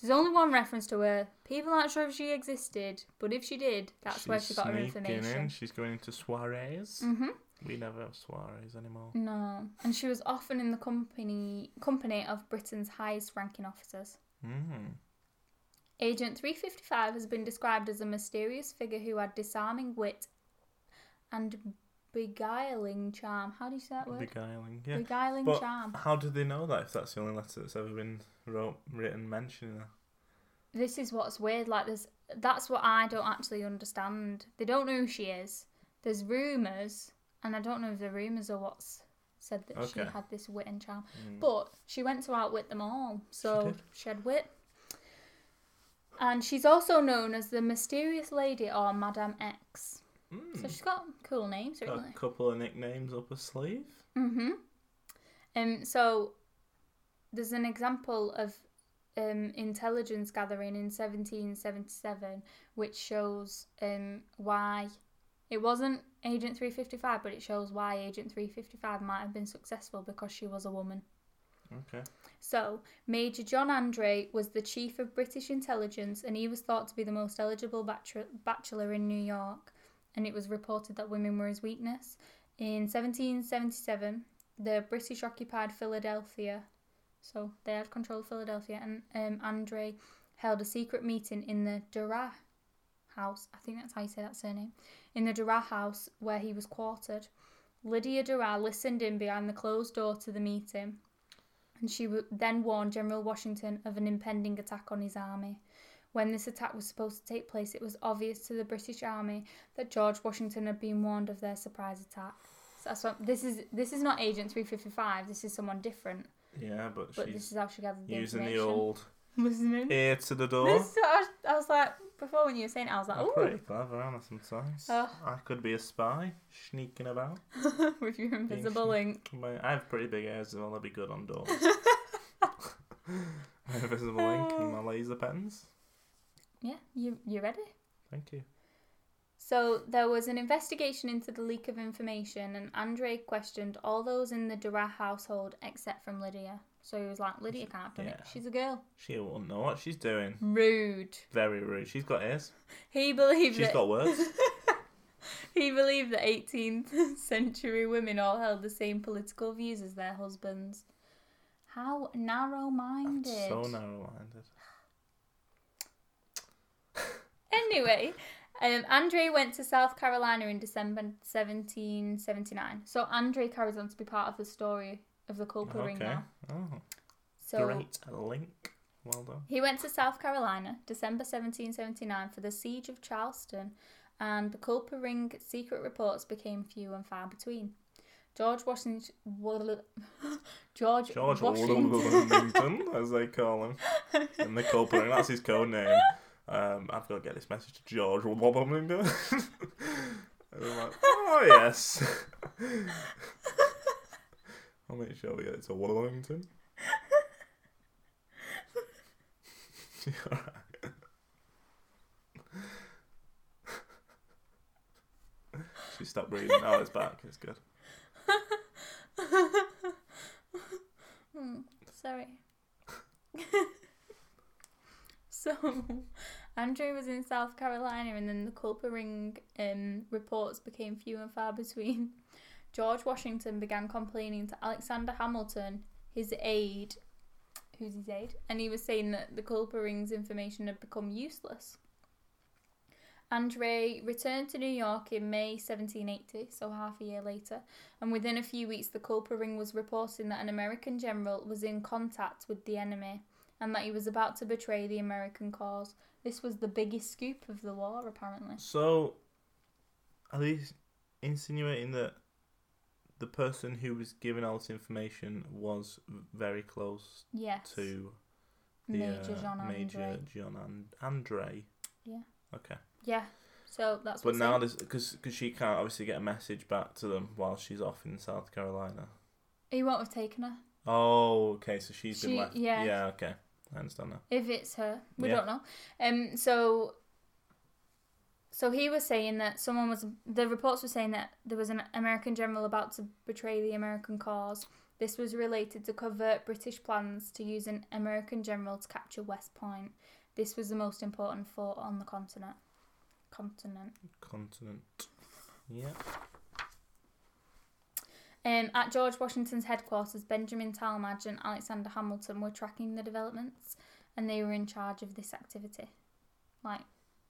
Speaker 2: there's only one reference to her. People aren't sure if she existed, but if she did, that's
Speaker 1: She's
Speaker 2: where she got her
Speaker 1: sneaking
Speaker 2: information.
Speaker 1: In. She's going into soirees.
Speaker 2: hmm
Speaker 1: We never have soirees anymore.
Speaker 2: No, and she was often in the company company of Britain's highest-ranking officers.
Speaker 1: Mm.
Speaker 2: Agent 355 has been described as a mysterious figure who had disarming wit and beguiling charm. How do you say that word?
Speaker 1: Beguiling. Yeah.
Speaker 2: Beguiling
Speaker 1: But
Speaker 2: charm.
Speaker 1: how did they know that if that's the only letter that's ever been wrote, written, mentioning her?
Speaker 2: This is what's weird. Like there's that's what I don't actually understand. They don't know who she is. There's rumors, and I don't know if the rumors are what's said that she
Speaker 1: Okay.
Speaker 2: had this wit and charm.
Speaker 1: Mm.
Speaker 2: But she went to outwit them all, so
Speaker 1: did.
Speaker 2: she, had wit. And she's also known as the Mysterious Lady or Madame X.
Speaker 1: Mm.
Speaker 2: So she's got cool names,
Speaker 1: Got
Speaker 2: really.
Speaker 1: a couple of nicknames up her sleeve.
Speaker 2: Mm-hmm. Um, so there's an example of um, intelligence gathering in 1777, which shows um, why it wasn't Agent 355, but it shows why Agent 355 might have been successful because she was a woman.
Speaker 1: Okay.
Speaker 2: So, Major John Andre was the chief of British intelligence and he was thought to be the most eligible bachelor, bachelor in New York. And it was reported that women were his weakness. In 1777, the British occupied Philadelphia. So, they had control of Philadelphia. And um, Andre held a secret meeting in the Dura house. I think that's how you say that surname. In the Dura house where he was quartered. Lydia Dura listened in behind the closed door to the meeting and she w- then warned General Washington of an impending attack on his army. When this attack was supposed to take place, it was obvious to the British army that George Washington had been warned of their surprise attack. So that's what, this is this is not Agent 355, this is someone different,
Speaker 1: Yeah, but,
Speaker 2: but this
Speaker 1: she's
Speaker 2: is how she gathered the
Speaker 1: using the
Speaker 2: information. Mm.
Speaker 1: old
Speaker 2: Listening.
Speaker 1: ear to the door.
Speaker 2: This, I, was, I was like, before when you were saying it, I was like,
Speaker 1: I'm
Speaker 2: oh,
Speaker 1: pretty clever, aren't I, sometimes?
Speaker 2: Ugh.
Speaker 1: I could be a spy, sneaking about.
Speaker 2: with your invisible
Speaker 1: Being
Speaker 2: ink.
Speaker 1: My- I have pretty big ears, and I'll be good on doors. my invisible ink and my laser pens.
Speaker 2: Yeah, you, you ready?
Speaker 1: Thank you.
Speaker 2: So there was an investigation into the leak of information, and Andre questioned all those in the Dura household except from Lydia. So he was like, Lydia can't have done it.
Speaker 1: Yeah.
Speaker 2: She's a girl.
Speaker 1: She won't know what she's doing.
Speaker 2: Rude.
Speaker 1: Very rude. She's got ears.
Speaker 2: He believed
Speaker 1: She's
Speaker 2: that
Speaker 1: got words.
Speaker 2: he believed that 18th century women all held the same political views as their husbands. How narrow-minded.
Speaker 1: so narrow-minded.
Speaker 2: Anyway, um, Andre went to South Carolina in December 1779. So Andre carries on to be part of the story of the Culper Ring
Speaker 1: Okay.
Speaker 2: now.
Speaker 1: Oh,
Speaker 2: So
Speaker 1: great link. Well done.
Speaker 2: He went to South Carolina, December 1779, for the siege of Charleston, and the Culper Ring secret reports became few and far between. George Washington, George,
Speaker 1: George
Speaker 2: Washington,
Speaker 1: Washington, as they call him, in the culprit, and that's his code name. Um, I've got to get this message to George Washington. and I'm like, oh yes. I'll make sure we get it to Washington. she stopped breathing. Oh, it's back. It's good.
Speaker 2: Hmm, sorry. so, Andrew was in South Carolina, and then the Culper Ring um, reports became few and far between. George Washington began complaining to Alexander Hamilton, his aide, who's his aide, and he was saying that the Culper Ring's information had become useless. Andre returned to New York in May 1780, so half a year later, and within a few weeks, the Culper Ring was reporting that an American general was in contact with the enemy and that he was about to betray the American cause. This was the biggest scoop of the war, apparently.
Speaker 1: So, are they insinuating that the person who was giving all this information was very close
Speaker 2: Yes.
Speaker 1: to the
Speaker 2: Major
Speaker 1: uh,
Speaker 2: John
Speaker 1: Major
Speaker 2: Andre.
Speaker 1: John and- Andre?
Speaker 2: Yeah.
Speaker 1: Okay.
Speaker 2: Yeah. So that's
Speaker 1: But
Speaker 2: what's
Speaker 1: now
Speaker 2: in.
Speaker 1: there's because she can't obviously get a message back to them while she's off in South Carolina.
Speaker 2: he won't have taken her.
Speaker 1: Oh, okay. So she's been
Speaker 2: She-
Speaker 1: left.
Speaker 2: yeah.
Speaker 1: Yeah. Okay. I understand now.
Speaker 2: If it's her, we
Speaker 1: Yeah.
Speaker 2: don't know. Um. So. So he was saying that someone was. The reports were saying that there was an American general about to betray the American cause. This was related to covert British plans to use an American general to capture West Point. This was the most important fort on the continent. Continent.
Speaker 1: Continent. Yeah.
Speaker 2: Um, at George Washington's headquarters, Benjamin Talmadge and Alexander Hamilton were tracking the developments, and they were in charge of this activity, like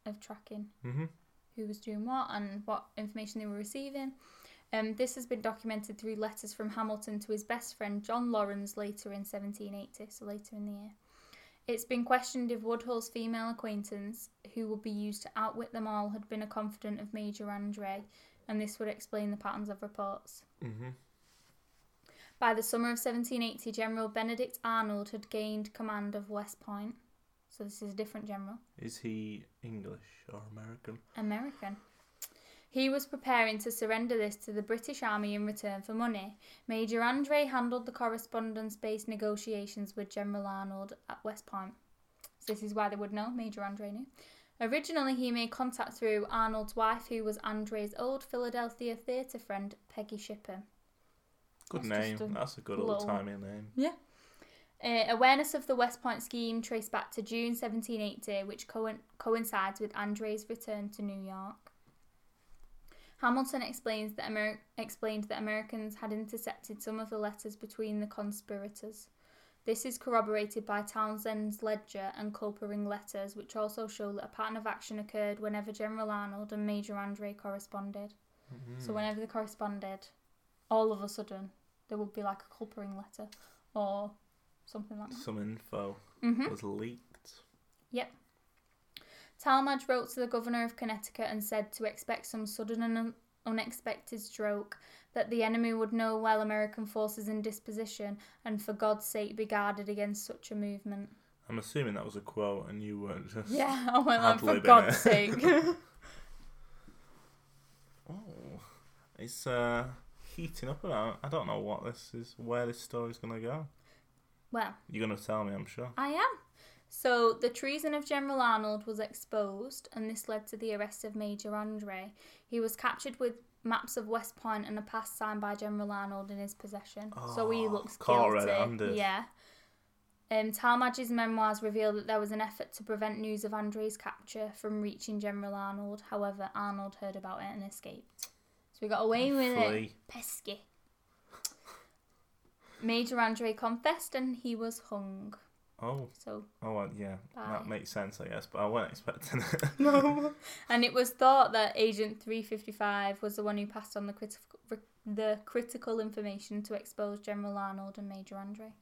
Speaker 2: of tracking
Speaker 1: Mhm.
Speaker 2: who was doing what and what information they were receiving. Um, this has been documented through letters from Hamilton to his best friend John Lawrence later in 1780, so later in the year. It's been questioned if Woodhull's female acquaintance, who would be used to outwit them all, had been a confidant of Major Andre, and this would explain the patterns of reports.
Speaker 1: Mhm.
Speaker 2: By the summer of 1780, General Benedict Arnold had gained command of West Point. So this is a different general,
Speaker 1: Is he English or American?
Speaker 2: American. He was preparing to surrender this to the British Army in return for money. Major Andre handled the correspondence based negotiations with General Arnold at West Point. So this is why they would know, Major Andre knew. Originally, he made contact through Arnold's wife, who was Andre's old Philadelphia theatre friend, Peggy Shippen.
Speaker 1: Good
Speaker 2: That's
Speaker 1: name.
Speaker 2: just a
Speaker 1: That's a good
Speaker 2: little-
Speaker 1: old timey name.
Speaker 2: Uh, awareness of the West Point scheme traced back to June 1780, which coin coincides with Andre's return to New York. Hamilton explains that Amer- explained that Americans had intercepted some of the letters between the conspirators. This is corroborated by Townsend's ledger and Culpering letters, which also show that a pattern of action occurred whenever General Arnold and Major Andre corresponded. So whenever they corresponded, all of a sudden there would be like a Culpering letter or something like that.
Speaker 1: Some info
Speaker 2: hmm
Speaker 1: was leaked.
Speaker 2: Talmadge wrote to the governor of Connecticut and said to expect some sudden and un- unexpected stroke, that the enemy would know well American forces in disposition, and for God's sake be guarded against such a movement.
Speaker 1: I'm assuming that was a quote, and you weren't just.
Speaker 2: Yeah, I went like, for
Speaker 1: Ad-libbing
Speaker 2: God's
Speaker 1: it.
Speaker 2: sake.
Speaker 1: Oh, it's uh, heating up. About. I don't know what this is. Where this story's gonna go.
Speaker 2: well,
Speaker 1: You're gonna tell me, I'm sure.
Speaker 2: I am. So the treason of General Arnold was exposed, and this led to the arrest of Major Andre. He was captured with maps of West Point and a pass signed by General Arnold in his possession. so he
Speaker 1: Oh,
Speaker 2: looks
Speaker 1: caught
Speaker 2: guilty.
Speaker 1: red-handed.
Speaker 2: Yeah. Um, Talmadge's memoirs reveal that there was an effort to prevent news of Andre's capture from reaching General Arnold. However, Arnold heard about it and escaped. So we got away with it.
Speaker 1: Flee.
Speaker 2: Pesky. Major Andre confessed and he was hung.
Speaker 1: Oh,
Speaker 2: So
Speaker 1: oh, uh, yeah. That
Speaker 2: Bye.
Speaker 1: makes sense, I guess. But I wasn't expecting it.
Speaker 2: no. And it was thought that Agent 355 was the one who passed on the critical the critical information to expose General Arnold and Major Andre.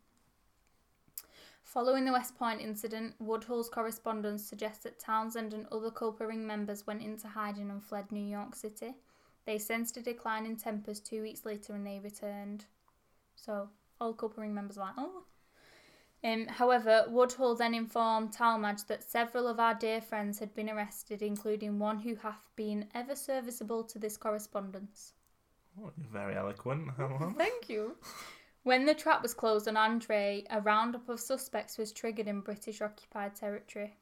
Speaker 2: Following the West Point incident, Woodhull's correspondence suggests that Townsend and other Culper Ring members went into hiding and fled New York City. They sensed a decline in tempers two weeks later and they returned. So, all Culper Ring members were like, oh, um, however, Woodhull then informed Talmadge that several of our dear friends had been arrested, including one who hath been ever serviceable to this correspondence.
Speaker 1: Oh, you're very eloquent. Hello.
Speaker 2: Thank you. When the trap was closed on Andre, a roundup of suspects was triggered in British occupied territory.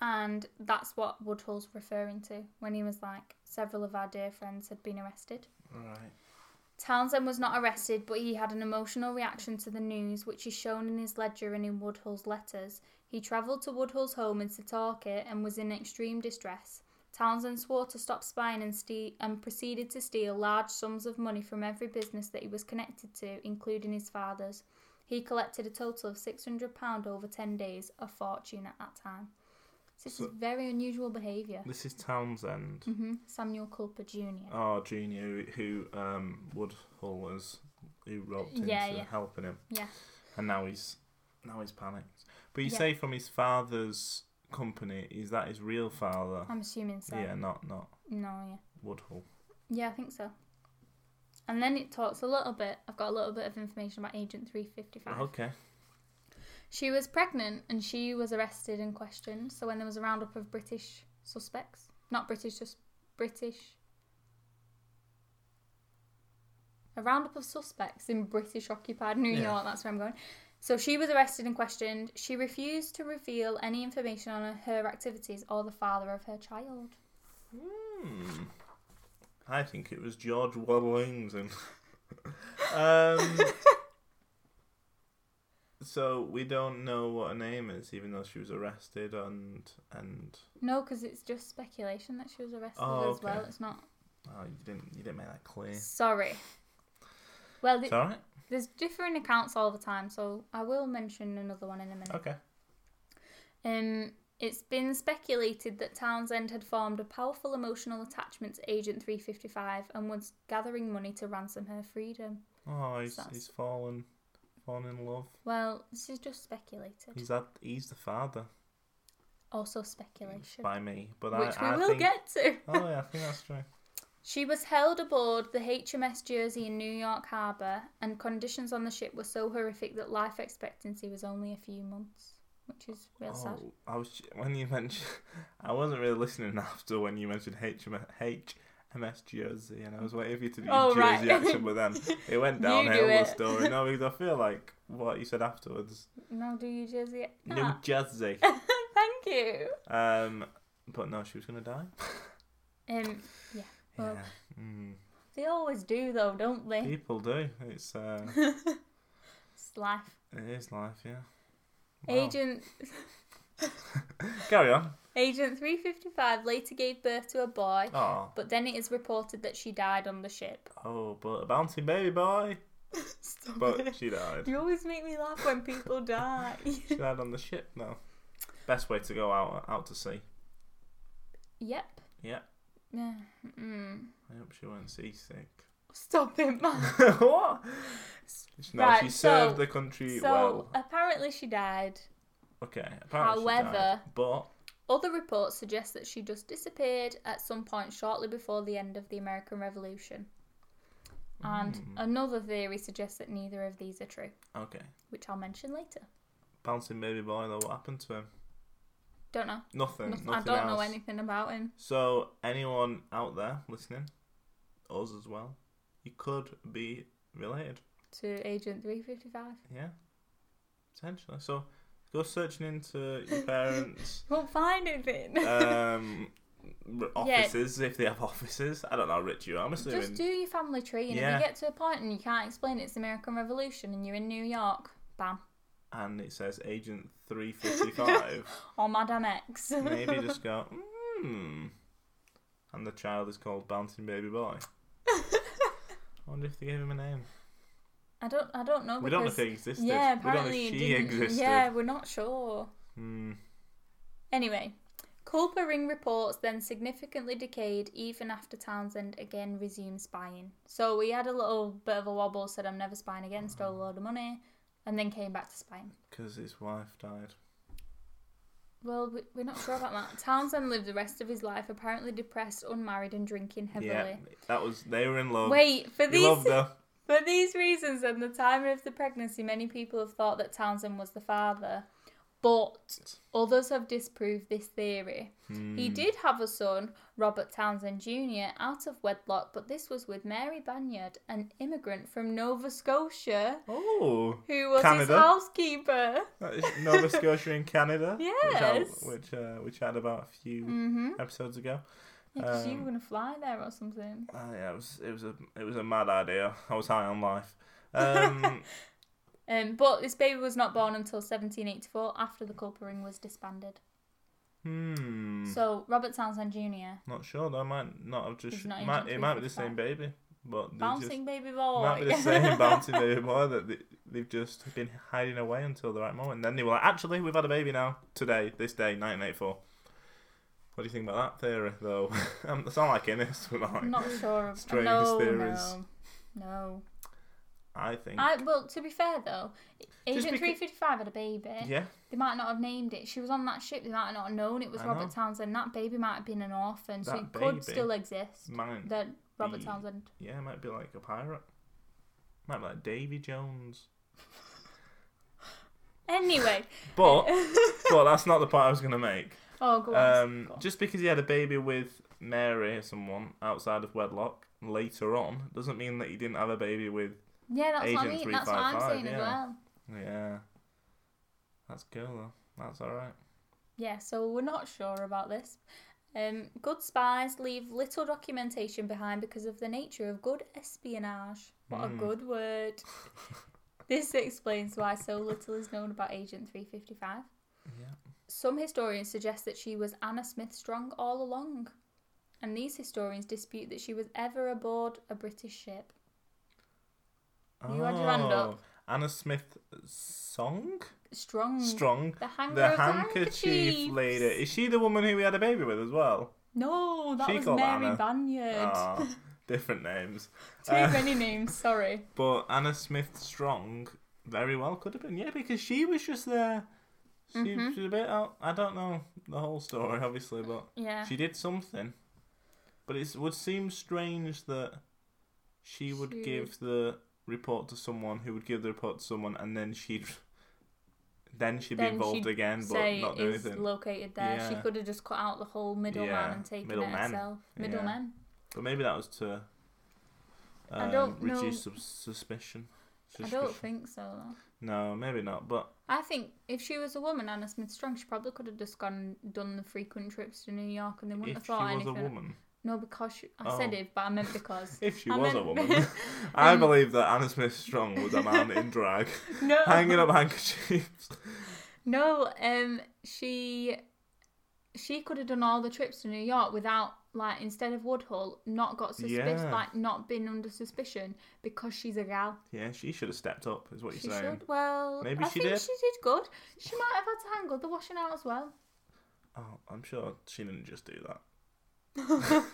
Speaker 2: And that's what Woodhull's referring to when he was like, several of our dear friends had been arrested.
Speaker 1: right.
Speaker 2: Townsend was not arrested, but he had an emotional reaction to the news, which is shown in his ledger and in Woodhull's letters. He travelled to Woodhull's home in Setauket and was in extreme distress. Townsend swore to stop spying and, ste- and proceeded to steal large sums of money from every business that he was connected to, including his father's. He collected a total of £600 over 10 days, a fortune at that time. This
Speaker 1: So-
Speaker 2: is very unusual behaviour.
Speaker 1: This is Townsend.
Speaker 2: hmm Samuel Culper Jr.
Speaker 1: our junior who um, Woodhull has who roped into
Speaker 2: Yeah, yeah.
Speaker 1: helping him.
Speaker 2: Yeah.
Speaker 1: And now he's now he's panicked. But you
Speaker 2: Yeah.
Speaker 1: say from his father's company, is that his real father?
Speaker 2: I'm assuming so.
Speaker 1: Yeah, not not
Speaker 2: No, yeah.
Speaker 1: Woodhull.
Speaker 2: Yeah, I think so. And then it talks a little bit. I've got a little bit of information about Agent 355.
Speaker 1: Okay.
Speaker 2: She was pregnant and she was arrested and questioned. So when there was a roundup of British suspects, not British, just British. A roundup of suspects in British occupied New
Speaker 1: Yeah.
Speaker 2: York, that's where I'm going. So she was arrested and questioned. She refused to reveal any information on her activities or the father of her child.
Speaker 1: Hmm. I think it was George Waddlington. um, so we don't know what her name is, even though she was arrested and and
Speaker 2: No, because it's just speculation that she was arrested
Speaker 1: Oh,
Speaker 2: as well.
Speaker 1: okay.
Speaker 2: It's not.
Speaker 1: oh, you didn't you didn't make that clear.
Speaker 2: Sorry. Well, th-
Speaker 1: It's all right.
Speaker 2: there's differing accounts all the time, so I will mention another one in a minute.
Speaker 1: Okay.
Speaker 2: Um, it's been speculated that Townsend had formed a powerful emotional attachment to Agent 355 and was gathering money to ransom her freedom.
Speaker 1: Oh, he's,
Speaker 2: Sus.
Speaker 1: he's fallen, fallen in love.
Speaker 2: Well, this is just speculated.
Speaker 1: He's had, he's the father
Speaker 2: also speculation.
Speaker 1: by me, but
Speaker 2: Which
Speaker 1: I, I
Speaker 2: we will
Speaker 1: think,
Speaker 2: get to.
Speaker 1: Oh yeah, I think that's true.
Speaker 2: She was held aboard the HMS Jersey in New York Harbour, and conditions on the ship were so horrific that life expectancy was only a few months, which is real sad.
Speaker 1: Oh, I was ju- when you mentioned, I wasn't really listening after when you mentioned HMS, HMS Jersey, and I was waiting for you to do your
Speaker 2: Oh,
Speaker 1: Jersey
Speaker 2: right.
Speaker 1: action, but then it went
Speaker 2: You do
Speaker 1: downhill the
Speaker 2: it.
Speaker 1: story. No, because I feel like what you said afterwards,
Speaker 2: No, do you Jersey?
Speaker 1: New
Speaker 2: Ah,
Speaker 1: Jersey.
Speaker 2: thank you.
Speaker 1: Um, but no, she was gonna die.
Speaker 2: Um, Well- eh.
Speaker 1: yeah, mm.
Speaker 2: they always do though, don't they?
Speaker 1: people do. It's uh,
Speaker 2: It's life.
Speaker 1: it is life. Yeah. Wow.
Speaker 2: Agent
Speaker 1: Carry on.
Speaker 2: Agent 355 later gave birth to a boy,
Speaker 1: Oh.
Speaker 2: but then it is reported that she died on the ship.
Speaker 1: Oh, but a bouncy baby boy.
Speaker 2: Stop
Speaker 1: But
Speaker 2: it.
Speaker 1: she died.
Speaker 2: You always make me laugh when people die.
Speaker 1: She died on the ship. No, best way to go out out to sea.
Speaker 2: yep.
Speaker 1: Yep.
Speaker 2: Yeah. Mm.
Speaker 1: I hope she weren't seasick.
Speaker 2: Stop it, man.
Speaker 1: what? No,
Speaker 2: Right,
Speaker 1: she served
Speaker 2: so-
Speaker 1: the country
Speaker 2: so
Speaker 1: well.
Speaker 2: apparently she died.
Speaker 1: Okay. Apparently she died,
Speaker 2: However-
Speaker 1: but
Speaker 2: Other reports suggest that she just disappeared at some point shortly before the end of the American Revolution. And
Speaker 1: Hmm.
Speaker 2: another theory suggests that neither of these are true,
Speaker 1: okay,
Speaker 2: which I'll mention later.
Speaker 1: bouncing baby boy. Though, what happened to him?
Speaker 2: Don't know.
Speaker 1: Nothing.
Speaker 2: Noth-
Speaker 1: Nothing.
Speaker 2: I don't
Speaker 1: else.
Speaker 2: know anything about him.
Speaker 1: So, anyone out there listening, us as well, you could be related.
Speaker 2: to Agent 355.
Speaker 1: Yeah, potentially. So, go searching into your parents.
Speaker 2: Won't find anything.
Speaker 1: um, r- offices if they have offices. I don't know, Richie. I'm assuming.
Speaker 2: Just do your family tree, and
Speaker 1: Yeah.
Speaker 2: if you get to a point and you can't explain it's the American Revolution and you're in New York, bam.
Speaker 1: And it says Agent 355.
Speaker 2: Or Madame X.
Speaker 1: Maybe just go, hmm. And the child is called Bouncing Baby Boy. I wonder if they gave him a name.
Speaker 2: I don't. I don't know.
Speaker 1: we don't know if
Speaker 2: Oh, because,
Speaker 1: he existed. we
Speaker 2: Yeah,
Speaker 1: don't know
Speaker 2: apparently
Speaker 1: if
Speaker 2: it
Speaker 1: she
Speaker 2: didn't-
Speaker 1: existed.
Speaker 2: Yeah, we're not sure.
Speaker 1: Hmm.
Speaker 2: Anyway, Culper Ring reports then significantly decayed even after Townsend again resumed spying. So we had a little bit of a wobble, said I'm never spying again, stole a load of money, and then came back to spying.
Speaker 1: 'Cause his wife died.
Speaker 2: Well, we- we're not sure about that. Townsend lived the rest of his life apparently depressed, unmarried, and drinking
Speaker 1: Yeah,
Speaker 2: heavily.
Speaker 1: that was. They were in love.
Speaker 2: Wait, for
Speaker 1: he loved
Speaker 2: these
Speaker 1: her.
Speaker 2: for these reasons and the time of the pregnancy, many people have thought that Townsend was the father, but others have disproved this theory.
Speaker 1: Hmm.
Speaker 2: He did have a son, Robert Townsend Jr., out of wedlock, but this was with Mary Banyard, an immigrant from Nova Scotia,
Speaker 1: Oh.
Speaker 2: who was his
Speaker 1: Canada.
Speaker 2: housekeeper.
Speaker 1: That is Nova Scotia in Canada.
Speaker 2: Yes.
Speaker 1: Which, I, which uh, we chatted about a few
Speaker 2: Mm-hmm.
Speaker 1: episodes ago.
Speaker 2: Yeah, 'cause you
Speaker 1: Hmm. Um,
Speaker 2: were gonna fly there or something.
Speaker 1: Uh, yeah, it was it was a it was a mad idea. I was high on life. Um,
Speaker 2: Um, but this baby was not born until 1784 after the Culper Ring was disbanded.
Speaker 1: hmm.
Speaker 2: So Robert Townsend Jr.
Speaker 1: Not sure. though. I might not have just.
Speaker 2: He's not
Speaker 1: might,
Speaker 2: Agent
Speaker 1: it might be the same
Speaker 2: 355.
Speaker 1: baby, but they
Speaker 2: Bouncing baby
Speaker 1: just,
Speaker 2: boy.
Speaker 1: might be the same bouncing baby boy that they, they've just been hiding away until the right moment. And then they were like, actually, we've had a baby now today, this day, 1984. What do you think about that theory, though? um, it's not like Innes, but like,
Speaker 2: I'm not sure. of-
Speaker 1: Strange
Speaker 2: no,
Speaker 1: theories.
Speaker 2: no, no.
Speaker 1: I think.
Speaker 2: I well, to be fair though, Agent
Speaker 1: becau-
Speaker 2: Three Fifty Five had a baby.
Speaker 1: yeah,
Speaker 2: They might not have named it. She was on that ship. They might not have known it was
Speaker 1: I
Speaker 2: Robert
Speaker 1: know.
Speaker 2: Townsend. That baby might have been an orphan, so
Speaker 1: That
Speaker 2: it could
Speaker 1: baby
Speaker 2: still exist.
Speaker 1: mine.
Speaker 2: That Robert
Speaker 1: be-
Speaker 2: Townsend.
Speaker 1: Yeah, it might be like a pirate. Might be like Davy Jones.
Speaker 2: Anyway,
Speaker 1: But but that's not the point I was gonna make.
Speaker 2: oh go on.
Speaker 1: Um, just because he had a baby with Mary or someone outside of wedlock later on doesn't mean that he didn't have a baby with.
Speaker 2: yeah, that's what I
Speaker 1: Agent
Speaker 2: mean. That's what I'm
Speaker 1: 355,
Speaker 2: saying
Speaker 1: yeah.
Speaker 2: as well.
Speaker 1: Yeah, that's cool though. That's all right.
Speaker 2: Yeah, so we're not sure about this. Um, good spies leave little documentation behind because of the nature of good espionage. What a
Speaker 1: Mm.
Speaker 2: good word. this explains why so little is known about Agent 355.
Speaker 1: Yeah.
Speaker 2: Some historians suggest that she was Anna Smith Strong all along, and these historians dispute that she was ever aboard a British ship. You had your hand
Speaker 1: Oh,
Speaker 2: up.
Speaker 1: Anna Smith song
Speaker 2: Strong.
Speaker 1: strong.
Speaker 2: The, hanger
Speaker 1: The
Speaker 2: of
Speaker 1: handkerchief
Speaker 2: handkerchiefs.
Speaker 1: lady. Is she the woman who we had a baby with as well?
Speaker 2: No, that
Speaker 1: She
Speaker 2: was
Speaker 1: called
Speaker 2: Mary
Speaker 1: Anna.
Speaker 2: Banyard.
Speaker 1: Ah, different names.
Speaker 2: Too
Speaker 1: Uh,
Speaker 2: many names, sorry.
Speaker 1: But Anna Smith Strong very well could have been, yeah, because she was just there. She
Speaker 2: Mhm.
Speaker 1: was a bit out. I don't know the whole story, obviously, but
Speaker 2: Yeah.
Speaker 1: she did something. But it would seem strange that she would
Speaker 2: She
Speaker 1: give the report to someone who would give the report to someone, and then she'd then she'd be
Speaker 2: Then
Speaker 1: involved
Speaker 2: she'd
Speaker 1: again, but
Speaker 2: say
Speaker 1: not do
Speaker 2: is
Speaker 1: anything.
Speaker 2: located there. She
Speaker 1: Yeah.
Speaker 2: could have just cut out the whole middleman
Speaker 1: Yeah,
Speaker 2: and taken it
Speaker 1: middleman.
Speaker 2: herself. Middleman.
Speaker 1: But maybe that was to
Speaker 2: I
Speaker 1: um,
Speaker 2: don't know-
Speaker 1: reduce sus- suspicion.
Speaker 2: I don't
Speaker 1: Suspicion.
Speaker 2: think so. Though.
Speaker 1: No, maybe not. But
Speaker 2: I think if she was a woman, Anna Smith Strong, she probably could have just gone and done the frequent trips to New York, and they wouldn't
Speaker 1: if
Speaker 2: have
Speaker 1: she
Speaker 2: thought
Speaker 1: was a
Speaker 2: anything.
Speaker 1: woman,
Speaker 2: No, because she, I said
Speaker 1: Oh.
Speaker 2: it, but I meant because.
Speaker 1: if she
Speaker 2: I
Speaker 1: was a
Speaker 2: meant-
Speaker 1: woman, I
Speaker 2: Um,
Speaker 1: believe that Anna Smith Strong was a man in drag,
Speaker 2: no,
Speaker 1: hanging up handkerchiefs.
Speaker 2: No, um, she she could have done all the trips to New York without like instead of Woodhull, not got suspicious,
Speaker 1: Yeah.
Speaker 2: like not been under suspicion because she's a gal.
Speaker 1: Yeah, she should have stepped up, is what you're
Speaker 2: She
Speaker 1: saying.
Speaker 2: should. Well,
Speaker 1: Maybe
Speaker 2: I
Speaker 1: she
Speaker 2: think
Speaker 1: did.
Speaker 2: she did good. She might have had to hang up the washing out as well.
Speaker 1: Oh, I'm sure she didn't just do that.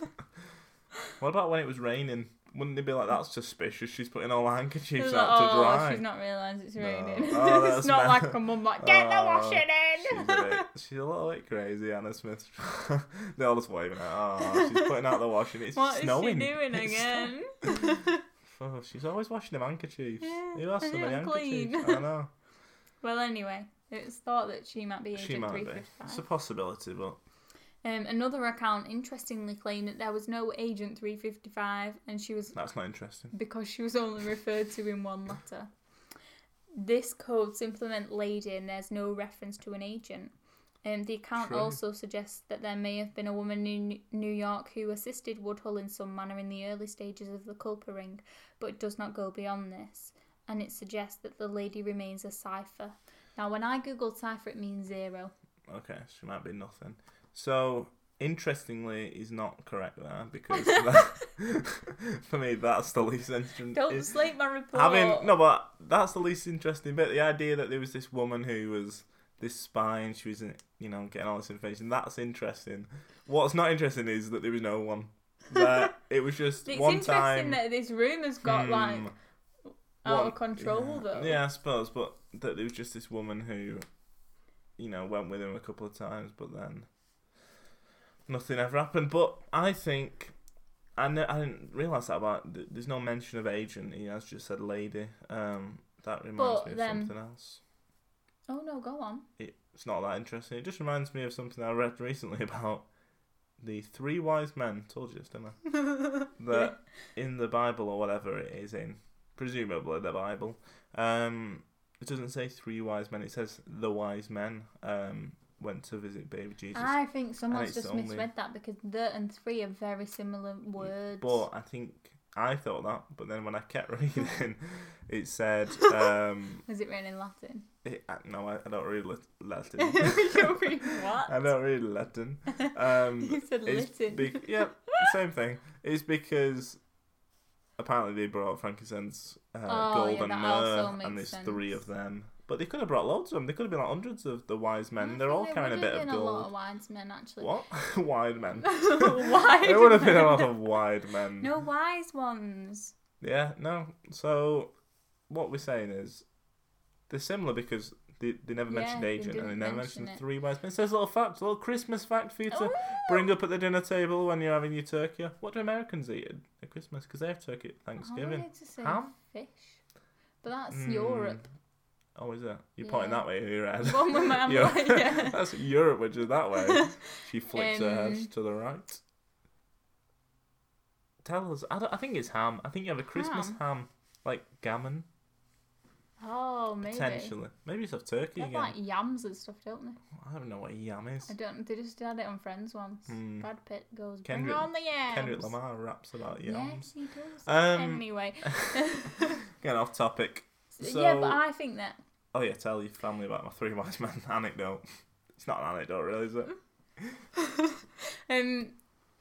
Speaker 1: what about when it was raining? Wouldn't they be like, that's suspicious? She's putting all the handkerchiefs
Speaker 2: Like,
Speaker 1: out to
Speaker 2: oh,
Speaker 1: dry.
Speaker 2: she's not realised it's
Speaker 1: No.
Speaker 2: raining.
Speaker 1: Oh,
Speaker 2: it's
Speaker 1: that's
Speaker 2: not
Speaker 1: mad.
Speaker 2: like a mum like get the
Speaker 1: Oh,
Speaker 2: washing in.
Speaker 1: She's a, bit, she's a little bit crazy, Anna Smith. They're all just waving at her. Oh, she's putting out the washing. It's
Speaker 2: What is
Speaker 1: snowing.
Speaker 2: she doing
Speaker 1: It's
Speaker 2: again?
Speaker 1: snow- Oh, she's always washing them handkerchiefs.
Speaker 2: Yeah,
Speaker 1: Who has
Speaker 2: and
Speaker 1: so
Speaker 2: they're
Speaker 1: many
Speaker 2: unclean.
Speaker 1: handkerchiefs? I know.
Speaker 2: well, anyway, it was thought that she might be agent
Speaker 1: she might be.
Speaker 2: 355.
Speaker 1: It's a possibility, but
Speaker 2: Um, another account interestingly claimed that there was no Agent 355 and she was
Speaker 1: that's not interesting.
Speaker 2: because she was only referred to in one letter. This code simply meant lady and there's no reference to an agent. Um, the account
Speaker 1: True.
Speaker 2: also suggests that there may have been a woman in New York who assisted Woodhull in some manner in the early stages of the Culper Ring, but it does not go beyond this. And it suggests that the lady remains a cipher. Now, when I googled cipher, it means zero.
Speaker 1: Okay, she might be nothing. So, interestingly, is not correct there because that, for me, that's the least interesting.
Speaker 2: Don't
Speaker 1: is-
Speaker 2: slate my report.
Speaker 1: Having no, but that's the least interesting bit. The idea that there was this woman who was this spy and she was, uh, you know, getting all this information. That's interesting. What's not interesting is that there was no one. There. it was just
Speaker 2: It's
Speaker 1: one
Speaker 2: interesting
Speaker 1: time.
Speaker 2: that this room has got like
Speaker 1: hmm,
Speaker 2: out
Speaker 1: one-
Speaker 2: of control
Speaker 1: yeah.
Speaker 2: though.
Speaker 1: Yeah, I suppose, but that there was just this woman who, you know, went with him a couple of times, but then nothing ever happened. But I think. I, kn- I didn't realize that about. th- There's no mention of agent. He has just said lady. Um, that reminds
Speaker 2: But
Speaker 1: me of
Speaker 2: then-
Speaker 1: something else.
Speaker 2: Oh no, go on.
Speaker 1: It's not that interesting. It just reminds me of something I read recently about the three wise men. Told you this, didn't I? that in the Bible or whatever it is in, presumably the Bible, um, it doesn't say three wise men. It says the wise men um, went to visit baby Jesus.
Speaker 2: I think someone's
Speaker 1: it's
Speaker 2: just
Speaker 1: only-
Speaker 2: misread that because the and three are very similar words.
Speaker 1: But I think I thought that, but then when I kept reading, it said, um,
Speaker 2: Is it written in Latin?
Speaker 1: it, uh, no, I, I don't read Lat- Latin.
Speaker 2: You're reading what?
Speaker 1: I don't read Latin. Um,
Speaker 2: You said
Speaker 1: It's
Speaker 2: Latin.
Speaker 1: Be- yeah, same thing. It's because apparently they brought Frankincense, uh,
Speaker 2: Oh,
Speaker 1: gold,
Speaker 2: yeah,
Speaker 1: and
Speaker 2: that also
Speaker 1: myrrh, and
Speaker 2: makes
Speaker 1: there's three
Speaker 2: sense.
Speaker 1: of them, But they could have brought loads of them. They could have been like hundreds of the wise men. They're all carrying a bit of
Speaker 2: a lot
Speaker 1: gold.
Speaker 2: of wise men actually.
Speaker 1: What? wide men.
Speaker 2: wise.
Speaker 1: There would have been a
Speaker 2: men.
Speaker 1: lot of wide men.
Speaker 2: No wise ones.
Speaker 1: Yeah, no. So what we're saying is they're similar because they, they never
Speaker 2: Yeah,
Speaker 1: mentioned
Speaker 2: they
Speaker 1: agent and they
Speaker 2: didn't
Speaker 1: never
Speaker 2: mention
Speaker 1: mentioned
Speaker 2: it. Oh,
Speaker 1: three wise men. So there's a little fact, a little Christmas fact for you to
Speaker 2: Ooh.
Speaker 1: bring up at the dinner table when you're having your turkey. What do Americans eat at- at Christmas? Because they have turkey at
Speaker 2: Oh, I
Speaker 1: Thanksgiving.
Speaker 2: wanted to say
Speaker 1: Ham?
Speaker 2: fish, but that's
Speaker 1: Mm.
Speaker 2: Europe.
Speaker 1: Oh, is it? You're pointing
Speaker 2: Yeah.
Speaker 1: that way, your head.
Speaker 2: One with my hand
Speaker 1: Yeah.
Speaker 2: like, yeah.
Speaker 1: That's Europe, which is that way. She flicks her
Speaker 2: Um,
Speaker 1: head to the right. Tell us. I, don't- I think it's ham. I think you have a Christmas
Speaker 2: Ham?
Speaker 1: ham, like gammon,
Speaker 2: Oh, maybe.
Speaker 1: potentially. Maybe it's of turkey
Speaker 2: They have
Speaker 1: again.
Speaker 2: like yams and stuff, don't they?
Speaker 1: I don't know what yam is.
Speaker 2: I don't. They just had it on Friends once.
Speaker 1: Hmm.
Speaker 2: Brad Pitt goes,
Speaker 1: Kendrick-
Speaker 2: "Bring on the yams."
Speaker 1: Kendrick Lamar raps about yams.
Speaker 2: Yes, he does.
Speaker 1: Um,
Speaker 2: anyway,
Speaker 1: Getting off topic.
Speaker 2: yeah,
Speaker 1: so-
Speaker 2: but I think that
Speaker 1: Oh yeah, tell your family about my three wise men anecdote. It's not an anecdote, really, is it?
Speaker 2: um,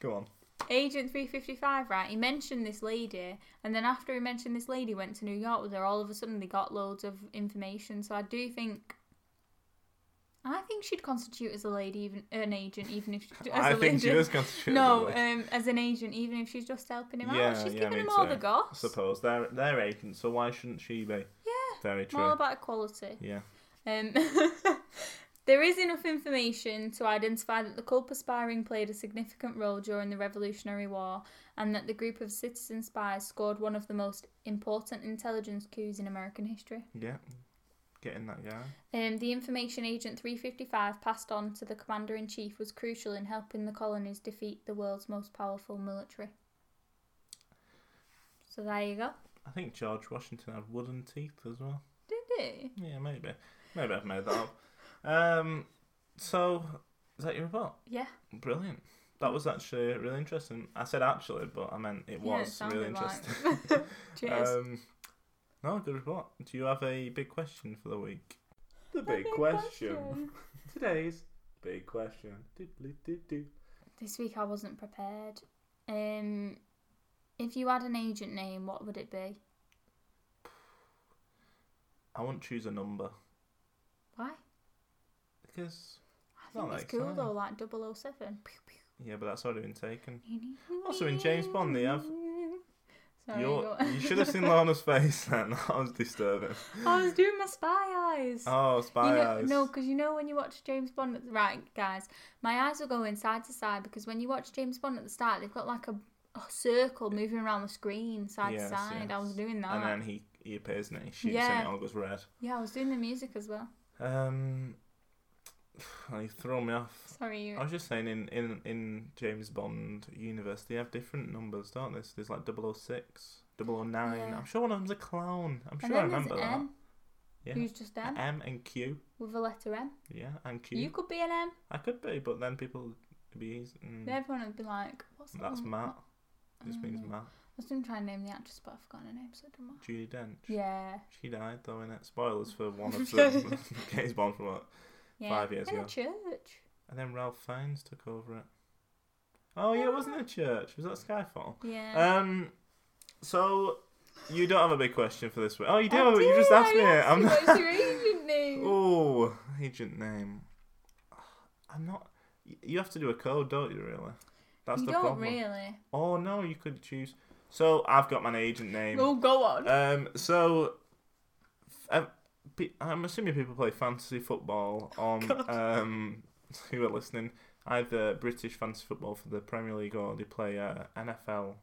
Speaker 1: Go on.
Speaker 2: Agent 355, right? He mentioned this lady, and then after he mentioned this lady, went to New York with her. All of a sudden, they got loads of information. So I do think. I think she'd constitute as a lady, even an agent, even if she, as
Speaker 1: I
Speaker 2: a
Speaker 1: think
Speaker 2: lady.
Speaker 1: she does constitute.
Speaker 2: No,
Speaker 1: as a-
Speaker 2: um, as an agent, even if she's just helping him
Speaker 1: Yeah,
Speaker 2: out, she's
Speaker 1: yeah,
Speaker 2: giving
Speaker 1: me
Speaker 2: him all
Speaker 1: too.
Speaker 2: the goss.
Speaker 1: suppose they're they're agents, so why shouldn't she be?
Speaker 2: Yeah,
Speaker 1: Very true.
Speaker 2: more about equality.
Speaker 1: Yeah.
Speaker 2: Um, there is enough information to identify that the Culper spy ring played a significant role during the Revolutionary War and that the group of citizen spies scored one of the most important intelligence coups in American history.
Speaker 1: Yeah. Getting that guy.
Speaker 2: Um, the information Agent 355 passed on to the Commander in Chief was crucial in helping the colonies defeat the world's most powerful military. So there you go.
Speaker 1: I think George Washington had wooden teeth as well.
Speaker 2: Did it?
Speaker 1: Yeah, maybe. Maybe I've made that up. Um, so is that your report?
Speaker 2: Yeah.
Speaker 1: Brilliant. That was actually really interesting. I said actually, but I meant it
Speaker 2: yeah, it
Speaker 1: was really
Speaker 2: sounded like-
Speaker 1: interesting.
Speaker 2: Cheers.
Speaker 1: Um, no, good report. Do you have a big question for the week? The
Speaker 2: A big question.
Speaker 1: Today's big question. Diddly-doo-doo.
Speaker 2: This week I wasn't prepared. Um, if you had an agent name, what would it be?
Speaker 1: I wouldn't choose a number
Speaker 2: Why?
Speaker 1: because
Speaker 2: I
Speaker 1: Not
Speaker 2: think it's
Speaker 1: that
Speaker 2: cool
Speaker 1: exciting.
Speaker 2: though, like 007. Pew, pew.
Speaker 1: yeah, but that's already been taken. Also in James Bond they have-
Speaker 2: Sorry,
Speaker 1: You're-
Speaker 2: go-
Speaker 1: you should have seen Lorna's face then. That was disturbing.
Speaker 2: I was doing my spy eyes.
Speaker 1: Oh,
Speaker 2: You
Speaker 1: spy
Speaker 2: know,
Speaker 1: eyes.
Speaker 2: No, because you know when you watch James Bond, at the, right, guys, my eyes are going side to side because when you watch James Bond at the start, they've got like a, a circle moving around the screen side
Speaker 1: Yes,
Speaker 2: to side. I was
Speaker 1: yes.
Speaker 2: doing that.
Speaker 1: and then he he appears and he shoots
Speaker 2: Yeah.
Speaker 1: and it all goes red.
Speaker 2: Yeah, I was doing the music as well.
Speaker 1: Um, oh, you throw me off.
Speaker 2: Sorry, you.
Speaker 1: I was just saying in, in in James Bond universe they have different numbers, don't they? So there's like 006, 009.
Speaker 2: Yeah.
Speaker 1: I'm sure one of them's a clown. I'm
Speaker 2: and
Speaker 1: sure I
Speaker 2: then there's
Speaker 1: remember that.
Speaker 2: M,
Speaker 1: Yeah.
Speaker 2: who's just
Speaker 1: A
Speaker 2: M,
Speaker 1: M and Q.
Speaker 2: with a letter M.
Speaker 1: Yeah, and Q.
Speaker 2: You could be an M.
Speaker 1: I could be, but then people would be easy. Mm,
Speaker 2: Everyone would be like, what's that?
Speaker 1: that's
Speaker 2: one?
Speaker 1: Matt. This
Speaker 2: Um,
Speaker 1: means Matt.
Speaker 2: I was going to try and name the actress, but I've forgotten her name, so it doesn't matter.
Speaker 1: Judy Dench.
Speaker 2: Yeah.
Speaker 1: She died though, innit? Spoilers for one of the James Bond from what?
Speaker 2: yeah.
Speaker 1: Five years
Speaker 2: In
Speaker 1: ago.
Speaker 2: a church.
Speaker 1: And then Ralph Fiennes took over it. Oh yeah, it wasn't a church. Was that Skyfall?
Speaker 2: Yeah.
Speaker 1: Um, so you don't have a big question for this week. Oh, you do.
Speaker 2: I
Speaker 1: you
Speaker 2: did,
Speaker 1: just asked
Speaker 2: I
Speaker 1: me it. I'm
Speaker 2: you
Speaker 1: not.
Speaker 2: What's your agent name?
Speaker 1: Oh, agent name. I'm not. y- You have to do a code, don't you? Really? That's
Speaker 2: you
Speaker 1: the
Speaker 2: don't
Speaker 1: problem.
Speaker 2: really.
Speaker 1: Oh no, you could choose. So I've got my agent name.
Speaker 2: Oh, go on.
Speaker 1: Um, so f- um, pe- I'm assuming people play fantasy football on um, who are listening, either British fantasy football for the Premier League or they play uh, NFL.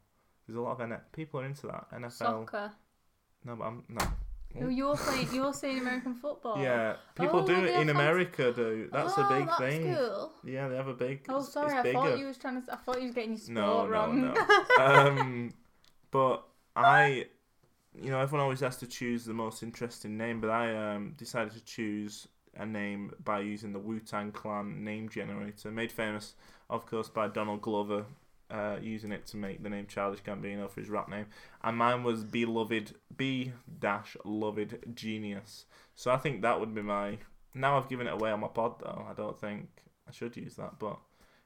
Speaker 1: There's a lot of N- people are into that NFL.
Speaker 2: Soccer.
Speaker 1: No, but I'm no.
Speaker 2: No, you're saying you're saying American football.
Speaker 1: Yeah, people
Speaker 2: Oh,
Speaker 1: do
Speaker 2: they
Speaker 1: it
Speaker 2: are
Speaker 1: in
Speaker 2: fans-
Speaker 1: America. Do that's
Speaker 2: oh,
Speaker 1: a big
Speaker 2: that's
Speaker 1: thing.
Speaker 2: Cool.
Speaker 1: Yeah, they have a big.
Speaker 2: Oh,
Speaker 1: it's- it's
Speaker 2: sorry. I
Speaker 1: bigger.
Speaker 2: thought you was trying to. I thought you was getting your sport
Speaker 1: No, no,
Speaker 2: wrong.
Speaker 1: no. um, but I, you know, everyone always has to choose the most interesting name, but I um, decided to choose a name by using the Wu Tang Clan name generator, made famous, of course, by Donald Glover. Uh, using it to make the name Childish Gambino for his rap name, and mine was beloved B dash loved genius. So I think that would be my. Now I've given it away on my pod though. I don't think I should use that, but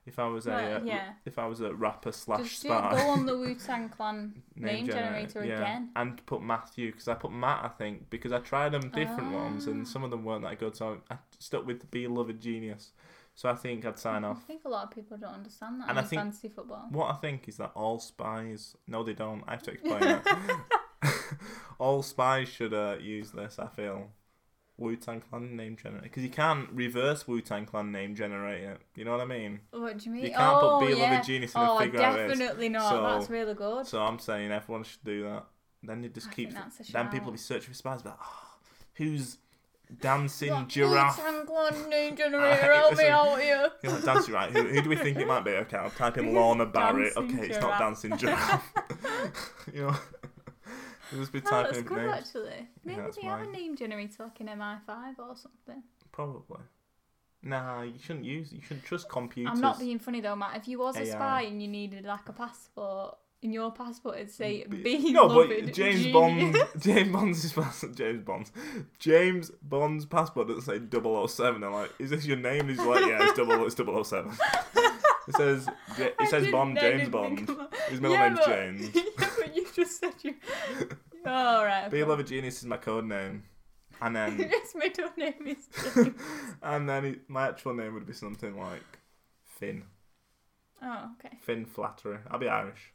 Speaker 1: If I was a
Speaker 2: Well,
Speaker 1: uh,
Speaker 2: yeah.
Speaker 1: if I was a rapper slash
Speaker 2: Just do, go
Speaker 1: spy
Speaker 2: on the Wu Tang Clan name,
Speaker 1: genera-
Speaker 2: generator
Speaker 1: yeah.
Speaker 2: again.
Speaker 1: and put Matthew because I put Matt I think because I tried them different ones and
Speaker 2: Ah.
Speaker 1: some of them weren't that good so I stuck with Be Loved Genius. So I think I'd sign
Speaker 2: I
Speaker 1: off.
Speaker 2: think a lot of people don't understand that
Speaker 1: And
Speaker 2: in
Speaker 1: I think-
Speaker 2: fantasy football.
Speaker 1: What I think is that all spies no they don't. I have to explain that. all spies should uh, use this. I feel. Wu Tang Clan name generator because you can't reverse Wu Tang Clan name generator. You know what I mean?
Speaker 2: What do you mean?
Speaker 1: You can't
Speaker 2: oh,
Speaker 1: put Be a
Speaker 2: yeah.
Speaker 1: Loved Genius in
Speaker 2: Oh,
Speaker 1: and figure out it.
Speaker 2: definitely not.
Speaker 1: So-
Speaker 2: That's really good.
Speaker 1: So I'm saying everyone should do that. Then you just
Speaker 2: I
Speaker 1: keep.
Speaker 2: think that's a
Speaker 1: then
Speaker 2: shout.
Speaker 1: people be searching for spies. But oh, who's dancing
Speaker 2: Like,
Speaker 1: giraffe?
Speaker 2: Wu Tang Clan name generator, help me
Speaker 1: listen.
Speaker 2: out here.
Speaker 1: You're like dancing right. Who, who do we think it might be? Okay, I'll type in Lorna Barrett.
Speaker 2: Dancing
Speaker 1: okay, it's not
Speaker 2: giraffe.
Speaker 1: dancing giraffe. you know, you'll just be
Speaker 2: Oh,
Speaker 1: typing
Speaker 2: that's
Speaker 1: in
Speaker 2: good
Speaker 1: names.
Speaker 2: actually. Maybe
Speaker 1: that's
Speaker 2: they have a
Speaker 1: mine.
Speaker 2: name generator like in MI5 or something.
Speaker 1: Probably. Nah, you shouldn't use. You shouldn't trust computers.
Speaker 2: I'm not being funny though, Matt. If you was a
Speaker 1: AI.
Speaker 2: spy and you needed like a passport, in your passport it'd say
Speaker 1: Be-
Speaker 2: be
Speaker 1: no,
Speaker 2: loved
Speaker 1: but James
Speaker 2: genius."
Speaker 1: Bond, James Bond's passport, James Bond's, James Bond's passport doesn't say 007. I'm like, is this your name? He's like, yeah, it's double, it's 007. It says, Ja-
Speaker 2: I
Speaker 1: it says
Speaker 2: didn't-
Speaker 1: Bond,
Speaker 2: I
Speaker 1: James
Speaker 2: didn't think
Speaker 1: Bond.
Speaker 2: about-
Speaker 1: His middle
Speaker 2: Yeah,
Speaker 1: name's
Speaker 2: but-
Speaker 1: James.
Speaker 2: yeah, but you just said you. Oh, right.
Speaker 1: Be
Speaker 2: Okay.
Speaker 1: a Lover Genius is my code name, and then
Speaker 2: yes, my middle name is James.
Speaker 1: and then it, my actual name would be something like Finn,
Speaker 2: oh, okay.
Speaker 1: Finn Flattery. I'll be Irish,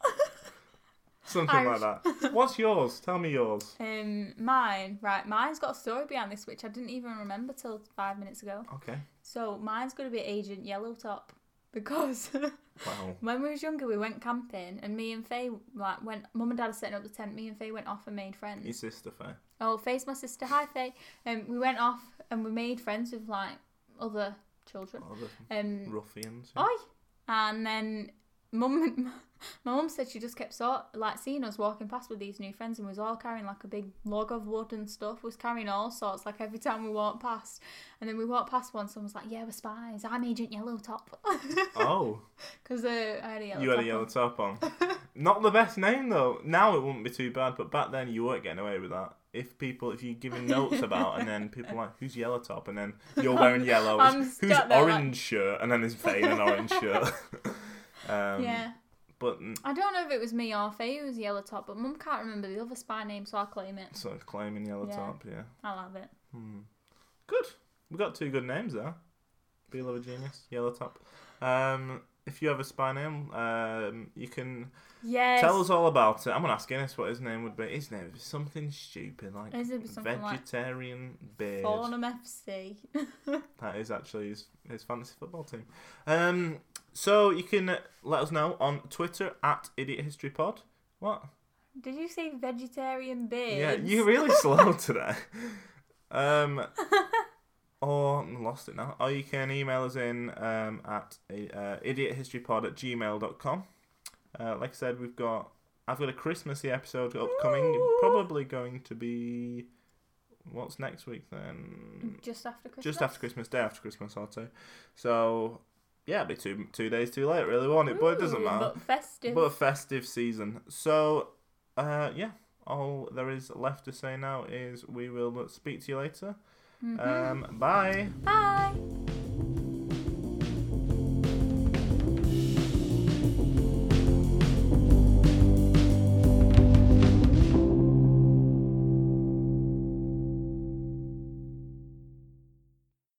Speaker 1: something
Speaker 2: Irish.
Speaker 1: like that. What's yours? Tell me yours.
Speaker 2: Um, mine, right? Mine's got a story behind this, which I didn't even remember till five minutes ago.
Speaker 1: Okay.
Speaker 2: So mine's gonna be Agent Yellowtop because
Speaker 1: Wow.
Speaker 2: when we was younger, we went camping, and me and Faye like went. Mum and Dad are setting up the tent. Me and Faye went off and made friends.
Speaker 1: Your sister, Faye.
Speaker 2: Oh, Faye's my sister. Hi, Faye. Um, we went off and we made friends with like other children.
Speaker 1: Other
Speaker 2: Um,
Speaker 1: ruffians.
Speaker 2: Oi! And then mum, my mum said she just kept sort like seeing us walking past with these new friends, and was all carrying like a big log of wood and stuff. Was carrying all sorts. Like every time we walked past, and then we walked past one, someone was like, "Yeah, we're spies. I'm Agent Yellowtop."
Speaker 1: Oh,
Speaker 2: Because uh, I had a yellow.
Speaker 1: you had a
Speaker 2: top
Speaker 1: yellow
Speaker 2: on.
Speaker 1: top on. Not the best name though. Now it wouldn't be too bad, but back then you weren't getting away with that. If people, if you're giving notes about, and then people are like, who's yellow top, and then you're wearing yellow,
Speaker 2: I'm
Speaker 1: it's,
Speaker 2: stuck
Speaker 1: who's
Speaker 2: there, like-
Speaker 1: orange shirt, and then there's Vane an orange shirt. um,
Speaker 2: Yeah,
Speaker 1: But mm,
Speaker 2: I don't know if it was me or Faye who was yellow top, but Mum can't remember the other spy name, so I'll claim it.
Speaker 1: sort of claiming yellow
Speaker 2: Yeah.
Speaker 1: top, yeah.
Speaker 2: I'll have it.
Speaker 1: Hmm. Good. We got two good names there. Be a genius, yellow top. Um, if you have a spy name, um, you can
Speaker 2: Yes.
Speaker 1: Tell us all about it. I'm gonna ask Guinness what his name would be. His name would be something stupid like
Speaker 2: Is it something like
Speaker 1: vegetarian beard.
Speaker 2: Farnham FC?
Speaker 1: That is actually his, his fantasy football team. Um, so you can uh, let us know on Twitter at Idiot History Pod. What?
Speaker 2: Did you say vegetarian beards?
Speaker 1: Yeah, you're really slow today. Um, or I lost it now. Or you can email us in um, at uh, idiothistorypod at gmail.com. Uh, like I said, we've got I've got a Christmassy episode upcoming.
Speaker 2: Ooh.
Speaker 1: Probably going to be what's next week then?
Speaker 2: Just after Christmas.
Speaker 1: Just after Christmas, day after Christmas, I'll say. So yeah, it'll be two two days too late, really, won't it? But it doesn't
Speaker 2: Ooh,
Speaker 1: matter.
Speaker 2: But festive.
Speaker 1: But a festive season. So, uh, yeah, all there is left to say now is we will speak to you later.
Speaker 2: Mhm.
Speaker 1: Um, bye.
Speaker 2: Bye.